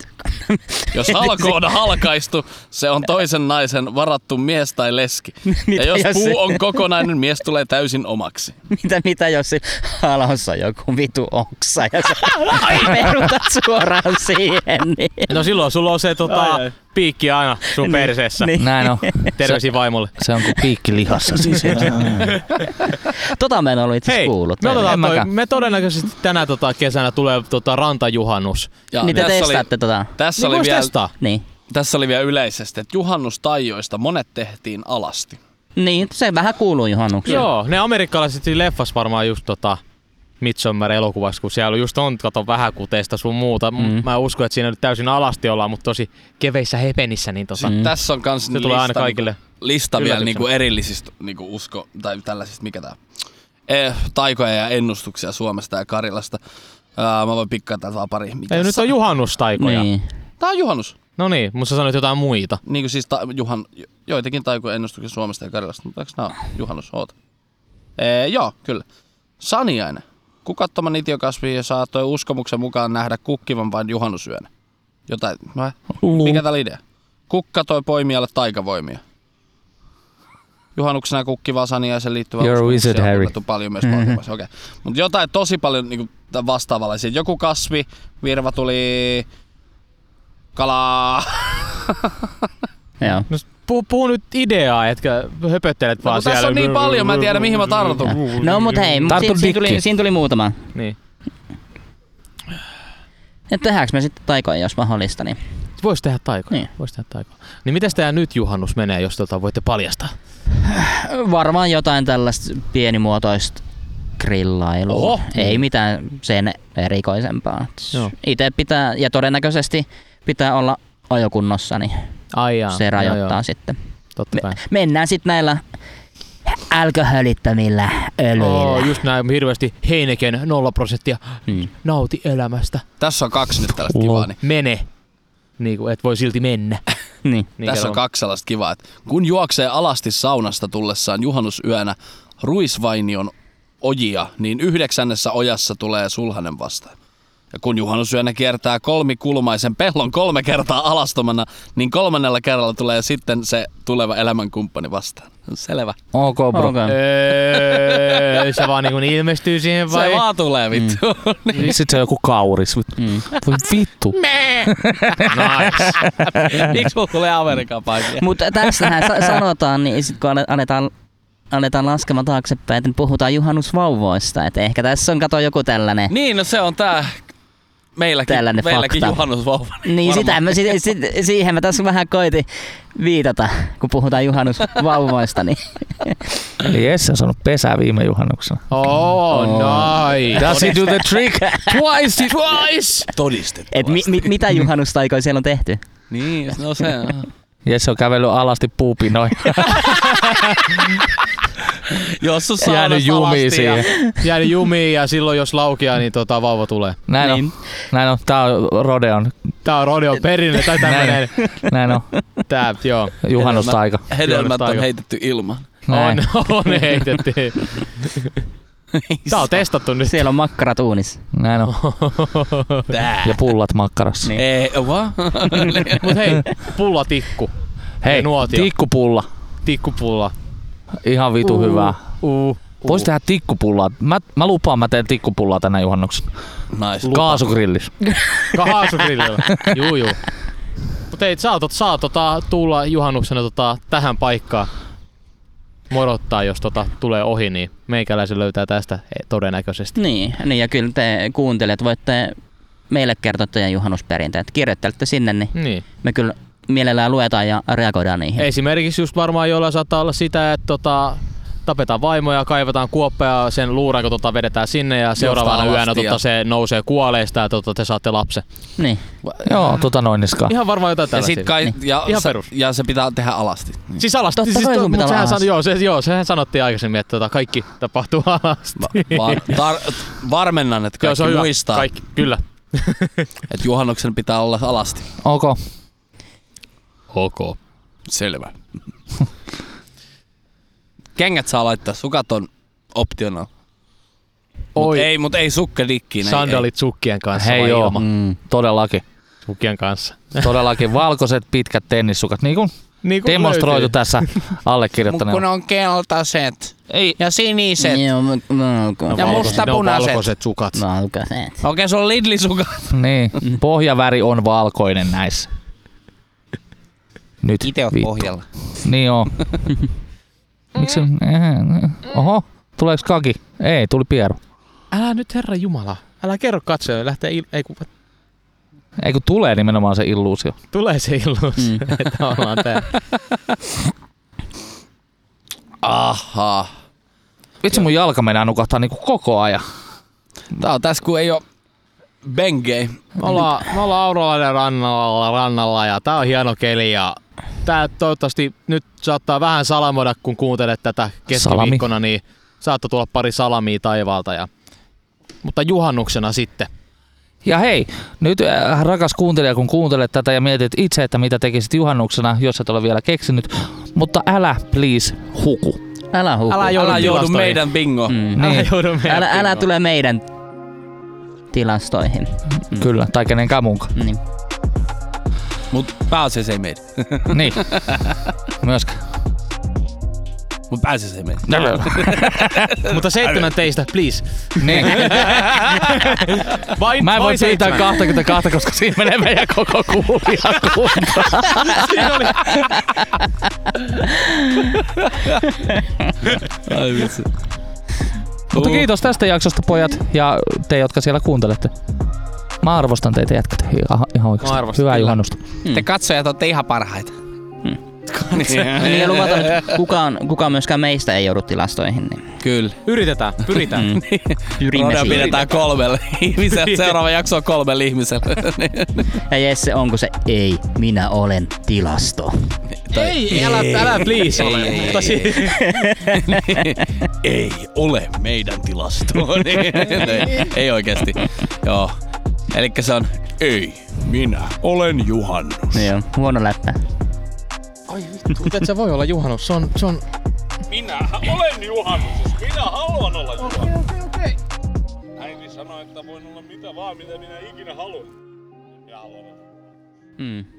Speaker 5: Jos halko on halkaistu, se on toisen naisen varattu mies tai leski.
Speaker 2: Mitä
Speaker 5: Ja jos
Speaker 2: jos se-
Speaker 5: puu on kokonainen, mies tulee täysin omaksi.
Speaker 2: Mitä, mitä jos sillä alassa on joku vitu oksa ja sä perutat suoraan siihen. Niin.
Speaker 6: No silloin sulla on se tota, ai, ai. piikki aina sun perseessä.
Speaker 2: niin. Siis
Speaker 3: Näin on.
Speaker 6: Terveisiä vaimolle.
Speaker 3: Se on kuin piikki lihassa siis.
Speaker 2: Tota mä en ollut itse asiassa
Speaker 6: Hei,
Speaker 2: kuullut.
Speaker 6: me, otetaan
Speaker 3: En
Speaker 6: toi,
Speaker 3: mäkään.
Speaker 6: me todennäköisesti tänä tota, kesänä tulee tota, rantajuhannus.
Speaker 5: Ja
Speaker 2: Niitä
Speaker 5: tässä oli,
Speaker 2: testaatte tota.
Speaker 5: tässä,
Speaker 6: Niin
Speaker 5: oli
Speaker 6: vois
Speaker 5: vielä,
Speaker 6: testaa.
Speaker 2: Niin.
Speaker 5: tässä oli vielä yleisesti, että juhannustaijoista monet tehtiin alasti.
Speaker 2: Niin, se vähän kuuluu juhannukseen.
Speaker 6: Joo, ne amerikkalaiset siinä leffas varmaan just tota Midsommar elokuvassa, kun siellä just on, kato vähän kuteista sun muuta. Mm. Mä uskon, että siinä nyt täysin alasti ollaan, mutta tosi keveissä hepenissä, niin tota,
Speaker 5: Mm. Tässä on kans
Speaker 6: se tulee aina
Speaker 5: lista,
Speaker 6: kaikille.
Speaker 5: lista vielä
Speaker 6: Yllätyksenä.
Speaker 5: niinku erillisistä niinku usko, tai tällaisista, mikä tää, eh, taikoja ja ennustuksia Suomesta ja Karjalasta. Ää, mä voin pikkaa täältä vaan pari. Mikä
Speaker 6: Ei, nyt on juhannustaikoja. Niin.
Speaker 2: Niin.
Speaker 5: Tää on juhannus.
Speaker 6: No niin, mutta sä sanoit jotain muita.
Speaker 5: Niin kuin siis ta- juhan, jo- joitakin taikoja ennustuksia Suomesta ja Karjalasta, mutta eikö nämä juhannus? Oota. Ee, joo, kyllä. Saniainen. Kukattoman itiokasvi saattoi uskomuksen mukaan nähdä kukkivan vain juhannusyönä. Jotain, no, eh.
Speaker 3: Niin.
Speaker 5: mikä tää oli idea? Kukka toi poimijalle taikavoimia. Juhannuksena kukkivaa saniaisen liittyvä
Speaker 3: You're a
Speaker 5: uskomuksia
Speaker 3: wizard,
Speaker 5: on
Speaker 3: Harry.
Speaker 5: verrattu paljon myös mm-hmm. okay. Mutta jotain tosi paljon niin vastaavanlaisia. Joku kasvi, virva tuli, kalaa,
Speaker 2: Joo.
Speaker 6: No, puhu, puhu nyt ideaa, etkä höpöttelet vaan
Speaker 5: No, kun
Speaker 6: siellä.
Speaker 5: tässä on niin paljon, mä en tiedä mihin mä tartun.
Speaker 2: No mut hei, mut
Speaker 3: Tartu
Speaker 2: si- siinä,
Speaker 3: dikki.
Speaker 2: tuli, siinä tuli muutama.
Speaker 6: Niin.
Speaker 2: Et tehdäänkö me sitten taikoja, jos mahdollista, niin
Speaker 6: Voisi tehdä taikoja. Niin.
Speaker 2: Niin.
Speaker 6: Voisi tehdä taikoja. Niin mitäs tää nyt juhannus menee, jos tota voitte paljastaa?
Speaker 2: varmaan jotain tällaista pienimuotoista grillailua.
Speaker 6: Oho.
Speaker 2: Ei mitään sen erikoisempaa.
Speaker 6: Joo.
Speaker 2: Itse pitää, ja todennäköisesti pitää olla ajokunnossa, niin
Speaker 6: Ai jaa, no
Speaker 2: se rajoittaa
Speaker 6: Ah, Joo, joo,
Speaker 2: sitten.
Speaker 6: totta kai.
Speaker 2: Mennään sitten näillä alkoholittomilla öljyillä.
Speaker 6: Oh, just näin hirveästi Heineken 0 prosenttia.
Speaker 2: Mm.
Speaker 3: Niin.
Speaker 6: Nauti elämästä.
Speaker 5: Tässä on kaksi nyt tällaista kivaa. Niin.
Speaker 6: Mene. Niin kuin, et voi silti mennä.
Speaker 2: Niin.
Speaker 6: Niin
Speaker 5: Tässä on
Speaker 6: kerro.
Speaker 5: kaksi sellaista kivaa. Että kun juoksee alasti saunasta tullessaan juhannusyönä ruisvainion ojia, niin yhdeksännessä ojassa tulee sulhanen vastaan. Ja kun juhannusyönä kiertää kolmikulmaisen pellon kolme kertaa alastomana, niin kolmannella kerralla tulee sitten se tuleva elämänkumppani vastaan. Selvä.
Speaker 3: Ok bro.
Speaker 2: Okay.
Speaker 6: Öö, se vaan niin ilmestyy siihen vai?
Speaker 5: Se vaan tulee vittu.
Speaker 3: Sitten Niin, se on joku kauris.
Speaker 2: Mm.
Speaker 3: Voi vittu.
Speaker 5: Mm. Miksi mulla tulee Amerikan paikia?
Speaker 2: Mutta tästähän sa- sanotaan, niin sit kun ale- annetaan, annetaan laskema taaksepäin, että puhutaan juhannusvauvoista. Et ehkä tässä on kato joku tällainen.
Speaker 5: Niin, no se on tää meilläkin,
Speaker 2: Tällainen
Speaker 5: meilläkin
Speaker 2: fakta.
Speaker 5: juhannusvauva.
Speaker 2: Niin
Speaker 5: Varmaan.
Speaker 2: sitä mä, sit, sit, siihen mä tässä vähän koitin viitata, kun puhutaan juhannusvauvoista. Niin.
Speaker 3: Eli Jesse on saanut pesää viime juhannuksena.
Speaker 6: Oh, nice.
Speaker 3: Does he do the trick?
Speaker 6: Twice, twice.
Speaker 5: Todistettu.
Speaker 2: Et mi, mi, mitä juhannustaikoja siellä on tehty?
Speaker 5: Niin, no se
Speaker 3: Jesse on kävellyt alasti puupinoin.
Speaker 5: Jos sun
Speaker 3: Jäänyt jumiin siihen.
Speaker 6: Jäänyt jumiin ja silloin jos laukeaa, niin tota vauva tulee.
Speaker 3: Näin
Speaker 2: Niin.
Speaker 3: on. Näin on. Tää on Rodeon.
Speaker 6: Tää on rodeon perinne tai tämmönen.
Speaker 3: Näin, näin on.
Speaker 6: Tää, joo.
Speaker 3: Juhannustaika.
Speaker 5: Hedelmät on
Speaker 6: Juhannustaika.
Speaker 5: heitetty ilmaan.
Speaker 3: Näin.
Speaker 6: On, on heitetty. Tää on testattu nyt.
Speaker 2: Siellä on makkarat uunissa.
Speaker 3: Näin on.
Speaker 5: Tää.
Speaker 3: Ja pullat makkarassa.
Speaker 2: Niin.
Speaker 5: Ei, va?
Speaker 6: Mut hei, pullatikku.
Speaker 3: Hei,
Speaker 6: Ja nuotio.
Speaker 3: tikkupulla.
Speaker 6: Tikkupulla.
Speaker 3: Ihan vitu
Speaker 6: Uu.
Speaker 3: hyvää.
Speaker 6: Uu.
Speaker 3: Vois tehdä tikkupullaa. Mä, mä lupaan, mä teen tikkupullaa tänä juhannuksena.
Speaker 5: Nice.
Speaker 3: Kaasugrillis.
Speaker 6: Kaasugrillillä. juu, juu. Mut ei, saa, tot, saa tota, tulla juhannuksena tota, tähän paikkaan. morottaa, jos tota tulee ohi, niin meikäläisen löytää tästä e, todennäköisesti.
Speaker 2: Niin, niin, ja kyllä te kuuntelijat voitte meille kertoa teidän juhannusperinteet. Kirjoittelette sinne, niin
Speaker 6: Niin.
Speaker 2: me kyllä mielellään luetaan ja reagoidaan niihin.
Speaker 6: Esimerkiksi just varmaan jollain saattaa olla sitä, että tota, tapetaan vaimoja, kaivetaan kuoppea, sen luurako tota vedetään sinne ja seuraavana
Speaker 5: alasti
Speaker 6: yönä
Speaker 5: ja-
Speaker 6: tota, se nousee kuoleista ja tota, te saatte lapsen.
Speaker 2: Niin.
Speaker 3: Joo, tota noin niskaan.
Speaker 6: Ihan varmaan jotain
Speaker 5: Ja,
Speaker 6: tällaisia. Niin.
Speaker 5: sit kai, ja,
Speaker 6: Ihan
Speaker 5: se,
Speaker 6: perus.
Speaker 5: ja se pitää tehdä alasti. Niin.
Speaker 6: Siis alasti.
Speaker 2: Totta
Speaker 6: siis,
Speaker 2: kai sun
Speaker 6: mut
Speaker 2: pitää olla
Speaker 6: sehän
Speaker 2: alasti.
Speaker 6: san, joo, se, joo, sehän sanottiin aikaisemmin, että tota, kaikki tapahtuu alasti.
Speaker 5: Vaan tar- varmennan, että
Speaker 6: Joo,
Speaker 5: kaikki
Speaker 6: hyvä.
Speaker 5: muistaa,
Speaker 6: Kaikki, kyllä.
Speaker 5: että juhannuksen pitää olla alasti.
Speaker 3: Ok.
Speaker 6: Ok.
Speaker 5: Selvä. Kengät saa laittaa, sukat on optional. Mut
Speaker 6: Oi.
Speaker 5: ei, mut ei sukkerikkiin. ei-
Speaker 6: Sandalit sukkien kanssa
Speaker 3: Hei
Speaker 6: vai
Speaker 3: joo,
Speaker 6: ilman?
Speaker 3: mm. todellakin.
Speaker 6: Sukkien kanssa.
Speaker 3: Todellakin valkoiset pitkät tennissukat, niin kuin
Speaker 6: Niin kuin
Speaker 3: demonstroitu
Speaker 6: löytyy.
Speaker 3: tässä allekirjoittaneella.
Speaker 5: on keltaiset
Speaker 3: Ei,
Speaker 5: ja siniset.
Speaker 2: Joo, mä, mä, mä,
Speaker 5: Ja
Speaker 6: Valkoiset-
Speaker 5: musta
Speaker 6: ne on
Speaker 5: punaiset.
Speaker 6: Valkoiset sukat.
Speaker 2: mä, mä,
Speaker 5: Okei, se on Lidli-sukat.
Speaker 3: niin. Pohjaväri on valkoinen näissä. Nyt vittu. Niin on. Miksi? Oho, tuleeko kaki? Ei, tuli pieru.
Speaker 6: Älä nyt herra Jumala. Älä kerro katsoja, lähtee il- ei, kun
Speaker 3: Ei kun tulee nimenomaan se illuusio.
Speaker 6: tulee se illuusio, mm. että ollaan täällä.
Speaker 5: Aha.
Speaker 3: Vitsi mun jalka meinaa nukahtaa niinku koko ajan.
Speaker 5: Tää on tässä, kun ei oo bengei.
Speaker 6: Me ollaan, me ollaan Aurolainen rannalla, rannalla ja tää on hieno keli ja tää toivottavasti nyt saattaa vähän salamoida, kun kuuntelet tätä keskiviikkona, Salami. niin saattaa tulla pari salamia taivaalta. Ja, mutta juhannuksena sitten.
Speaker 3: Ja hei, nyt äh, rakas kuuntelija, kun kuuntelet tätä ja mietit itse, että mitä tekisit juhannuksena, jos et ole vielä keksinyt, mutta älä please huku.
Speaker 2: älä huku.
Speaker 6: Älä joudu,
Speaker 5: Älä joudu
Speaker 6: tilastoihin.
Speaker 5: meidän bingoon. Mm.
Speaker 2: Mm.
Speaker 6: Älä
Speaker 3: Niin.
Speaker 6: joudu meidän
Speaker 2: Älä, älä
Speaker 6: bingoon.
Speaker 2: tule meidän tilastoihin.
Speaker 3: Mm. Kyllä, tai kenenkään muunkaan.
Speaker 2: Niin.
Speaker 5: Mut pääasiassa ei meidän.
Speaker 3: niin. Myöskään.
Speaker 5: Mut pääasiassa ei meidän.
Speaker 6: Mutta seitsemän teistä, please.
Speaker 3: niin.
Speaker 6: Vain,
Speaker 3: Mä en voi
Speaker 6: vain
Speaker 3: pyytää
Speaker 6: seitsemän.
Speaker 3: 22, koska siinä menee meidän koko kuulijakunta.
Speaker 6: Siinä oli-
Speaker 5: Ai vitsi.
Speaker 3: Mutta kiitos tästä jaksosta pojat ja te, jotka siellä kuuntelette. Mä arvostan teitä jätkät ihan, ihan oikeasti.
Speaker 6: Mä arvostan,
Speaker 3: Hyvää
Speaker 6: kyllä.
Speaker 3: juhannusta.
Speaker 5: Te katsojat olette ihan parhaita. Mm.
Speaker 2: Niin ja luvataan, että kukaan, kukaan myöskään meistä ei joudu tilastoihin, niin
Speaker 5: Kyllä.
Speaker 6: Yritetään, pyritään.
Speaker 2: Mm. pyrimme
Speaker 5: Rodeo
Speaker 2: siihen.
Speaker 5: pidetään kolmelle ihmiselle. Seuraava jakso on kolmelle ihmiselle.
Speaker 2: Ja Jesse, onko se? Ei, minä olen tilasto.
Speaker 6: Ei, älä, älä please ole.
Speaker 5: ei,
Speaker 6: mutta si-
Speaker 5: ei ole meidän tilastoon. ei, ei oikeasti. Joo. Elikkä se on ei. Minä olen Juhannus.
Speaker 2: Joo, huono läppä.
Speaker 6: Mutta et se voi olla juhannus. Se on, se on...
Speaker 5: Siis
Speaker 8: Äiti sanoi, että voin olla mitä vaan, mitä minä ikinä haluan. Ja haluan.
Speaker 2: Mm.